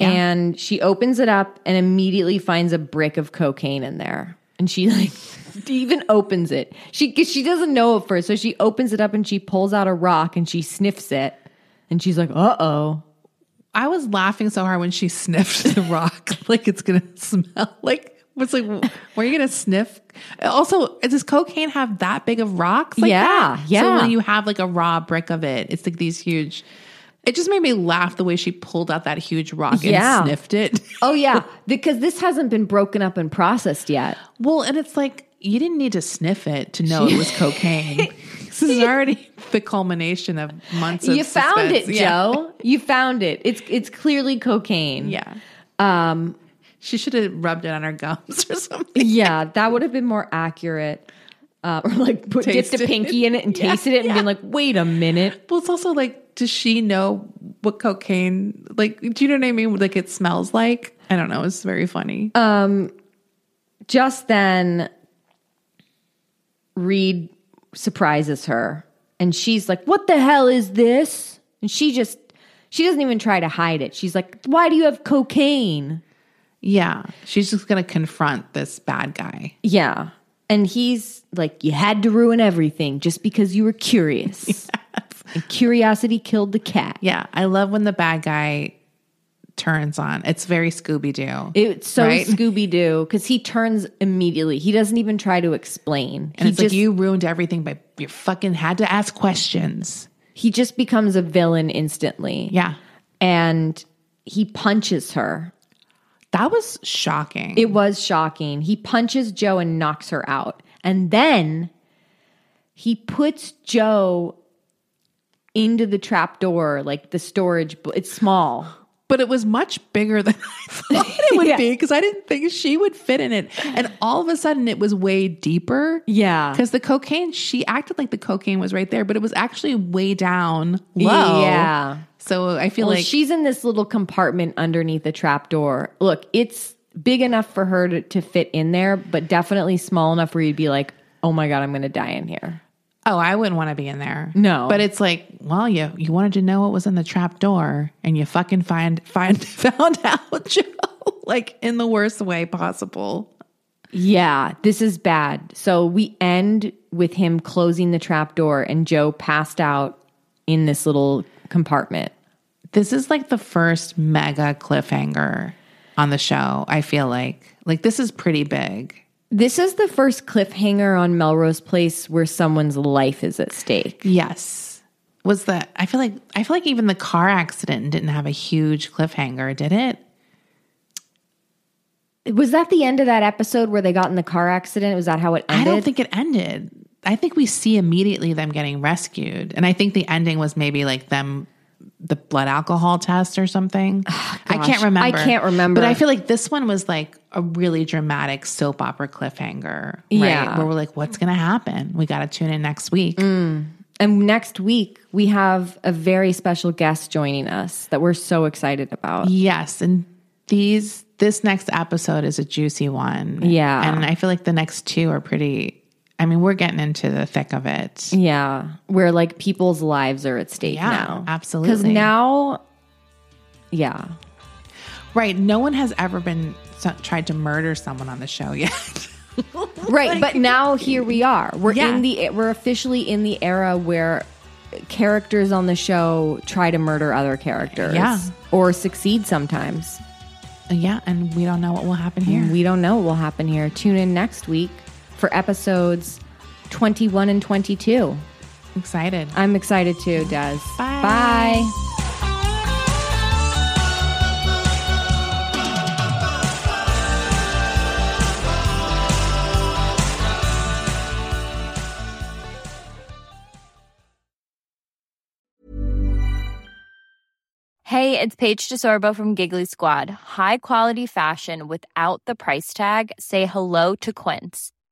Speaker 2: And she opens it up and immediately finds a brick of cocaine in there. And she like even opens it. She 'cause she doesn't know at first, so she opens it up and she pulls out a rock and she sniffs it. And she's like, "Uh oh."
Speaker 3: I was laughing so hard when she sniffed the rock, like it's gonna smell. Like was like, were you gonna sniff? Also, does cocaine have that big of rocks? Like
Speaker 2: Yeah,
Speaker 3: that? So
Speaker 2: yeah.
Speaker 3: when you have like a raw brick of it, it's like these huge. It just made me laugh the way she pulled out that huge rock
Speaker 2: Yeah.
Speaker 3: and sniffed it.
Speaker 2: Oh yeah, because this hasn't been broken up and processed yet.
Speaker 3: well, and it's like you didn't need to sniff it to know it was cocaine. this is already the culmination of months. Of
Speaker 2: you found it,
Speaker 3: suspense. Yeah.
Speaker 2: Joe. You found it. It's it's clearly cocaine.
Speaker 3: Yeah. Um, she should have rubbed it on her gums or something.
Speaker 2: Yeah, that would have been more accurate. Uh, or like put, dipped
Speaker 3: Tasted
Speaker 2: a
Speaker 3: it.
Speaker 2: pinky in it and
Speaker 3: Yeah,
Speaker 2: tasted it and been like, wait a minute.
Speaker 3: Well, it's also like, does she know what cocaine? Like, do you know what I mean? Like, it smells like. I don't know. It's very funny.
Speaker 2: Uh, Just then, Reed surprises her, and she's like, "What the hell is this?" And she just she doesn't even try to hide it. She's like, "Why do you have cocaine?"
Speaker 3: yeah, she's just gonna confront this bad guy.
Speaker 2: Yeah. And he's like, you had to ruin everything just because you were curious. And curiosity killed the cat.
Speaker 3: Yeah, I love when the bad guy turns on. It's very Scooby Doo.
Speaker 2: It's so
Speaker 3: Right?
Speaker 2: Scooby Doo because he turns immediately. He doesn't even try to explain.
Speaker 3: And
Speaker 2: he
Speaker 3: it's
Speaker 2: just
Speaker 3: like you ruined everything, but you fucking had to ask questions.
Speaker 2: he just becomes a villain instantly.
Speaker 3: Yeah,
Speaker 2: And he punches her.
Speaker 3: that was shocking.
Speaker 2: It was shocking. He punches Joe and knocks her out. And then he puts Joe into the trap door, like the storage. bo- It's small.
Speaker 3: but it was much bigger than I thought it would
Speaker 2: Yeah.
Speaker 3: be because I didn't think she would fit in it. And all of a sudden, it was way deeper.
Speaker 2: Yeah.
Speaker 3: Because the cocaine, she acted like the cocaine was right there, but it was actually way down low.
Speaker 2: Yeah.
Speaker 3: So I feel
Speaker 2: Well,
Speaker 3: like
Speaker 2: she's in this little compartment underneath the trap door. Look, it's big enough for her to, to fit in there, but definitely small enough where you'd be like, oh my God, I'm going to die in here.
Speaker 3: oh, I wouldn't want to be in there.
Speaker 2: No.
Speaker 3: But it's like, well, you you wanted to know what was in the trap door, and you fucking find find found out, Joe, like in the worst way possible.
Speaker 2: Yeah, this is bad. So we end with him closing the trap door and Joe passed out in this little compartment.
Speaker 3: this is like the first mega cliffhanger on the show i feel like like this is pretty big
Speaker 2: This is the first cliffhanger on Melrose Place where someone's life is at stake.
Speaker 3: yes was the i feel like i feel like even the car accident didn't have a huge cliffhanger did it
Speaker 2: Was that the end of that episode where they got in the car accident? Was that how it
Speaker 3: i
Speaker 2: ended?
Speaker 3: don't think it ended i think we see immediately them getting rescued and i think the ending was maybe like them the blood alcohol test or something i
Speaker 2: gosh.
Speaker 3: can't remember
Speaker 2: I can't remember.
Speaker 3: but i feel like this one was like a really dramatic soap opera cliffhanger right?
Speaker 2: Yeah. Mm.
Speaker 3: where we're like what's gonna happen we gotta tune in next week
Speaker 2: And next week, we have a very special guest joining us that we're so excited about.
Speaker 3: Yes, and these this next episode is a juicy one.
Speaker 2: Yeah.
Speaker 3: and I feel like the next two are pretty I mean, we're getting into the thick of it.
Speaker 2: Yeah, where like people's lives are at stake
Speaker 3: Yeah,
Speaker 2: now.
Speaker 3: absolutely.
Speaker 2: Because now, yeah,
Speaker 3: Right. No one has ever been so- tried to murder someone on the show yet.
Speaker 2: right. but now here we are. We're
Speaker 3: Yeah.
Speaker 2: in the we're officially in the era where characters on the show try to murder other characters.
Speaker 3: Yeah.
Speaker 2: or succeed sometimes.
Speaker 3: yeah. And we don't know what will happen here.
Speaker 2: We don't know what will happen here. Tune in next week for episodes twenty one and twenty two.
Speaker 3: Excited.
Speaker 2: I'm excited too, Des.
Speaker 3: Bye.
Speaker 2: Bye.
Speaker 5: Hey, it's Paige DeSorbo from Giggly Squad. High quality fashion without the price tag. Say hello to Quince.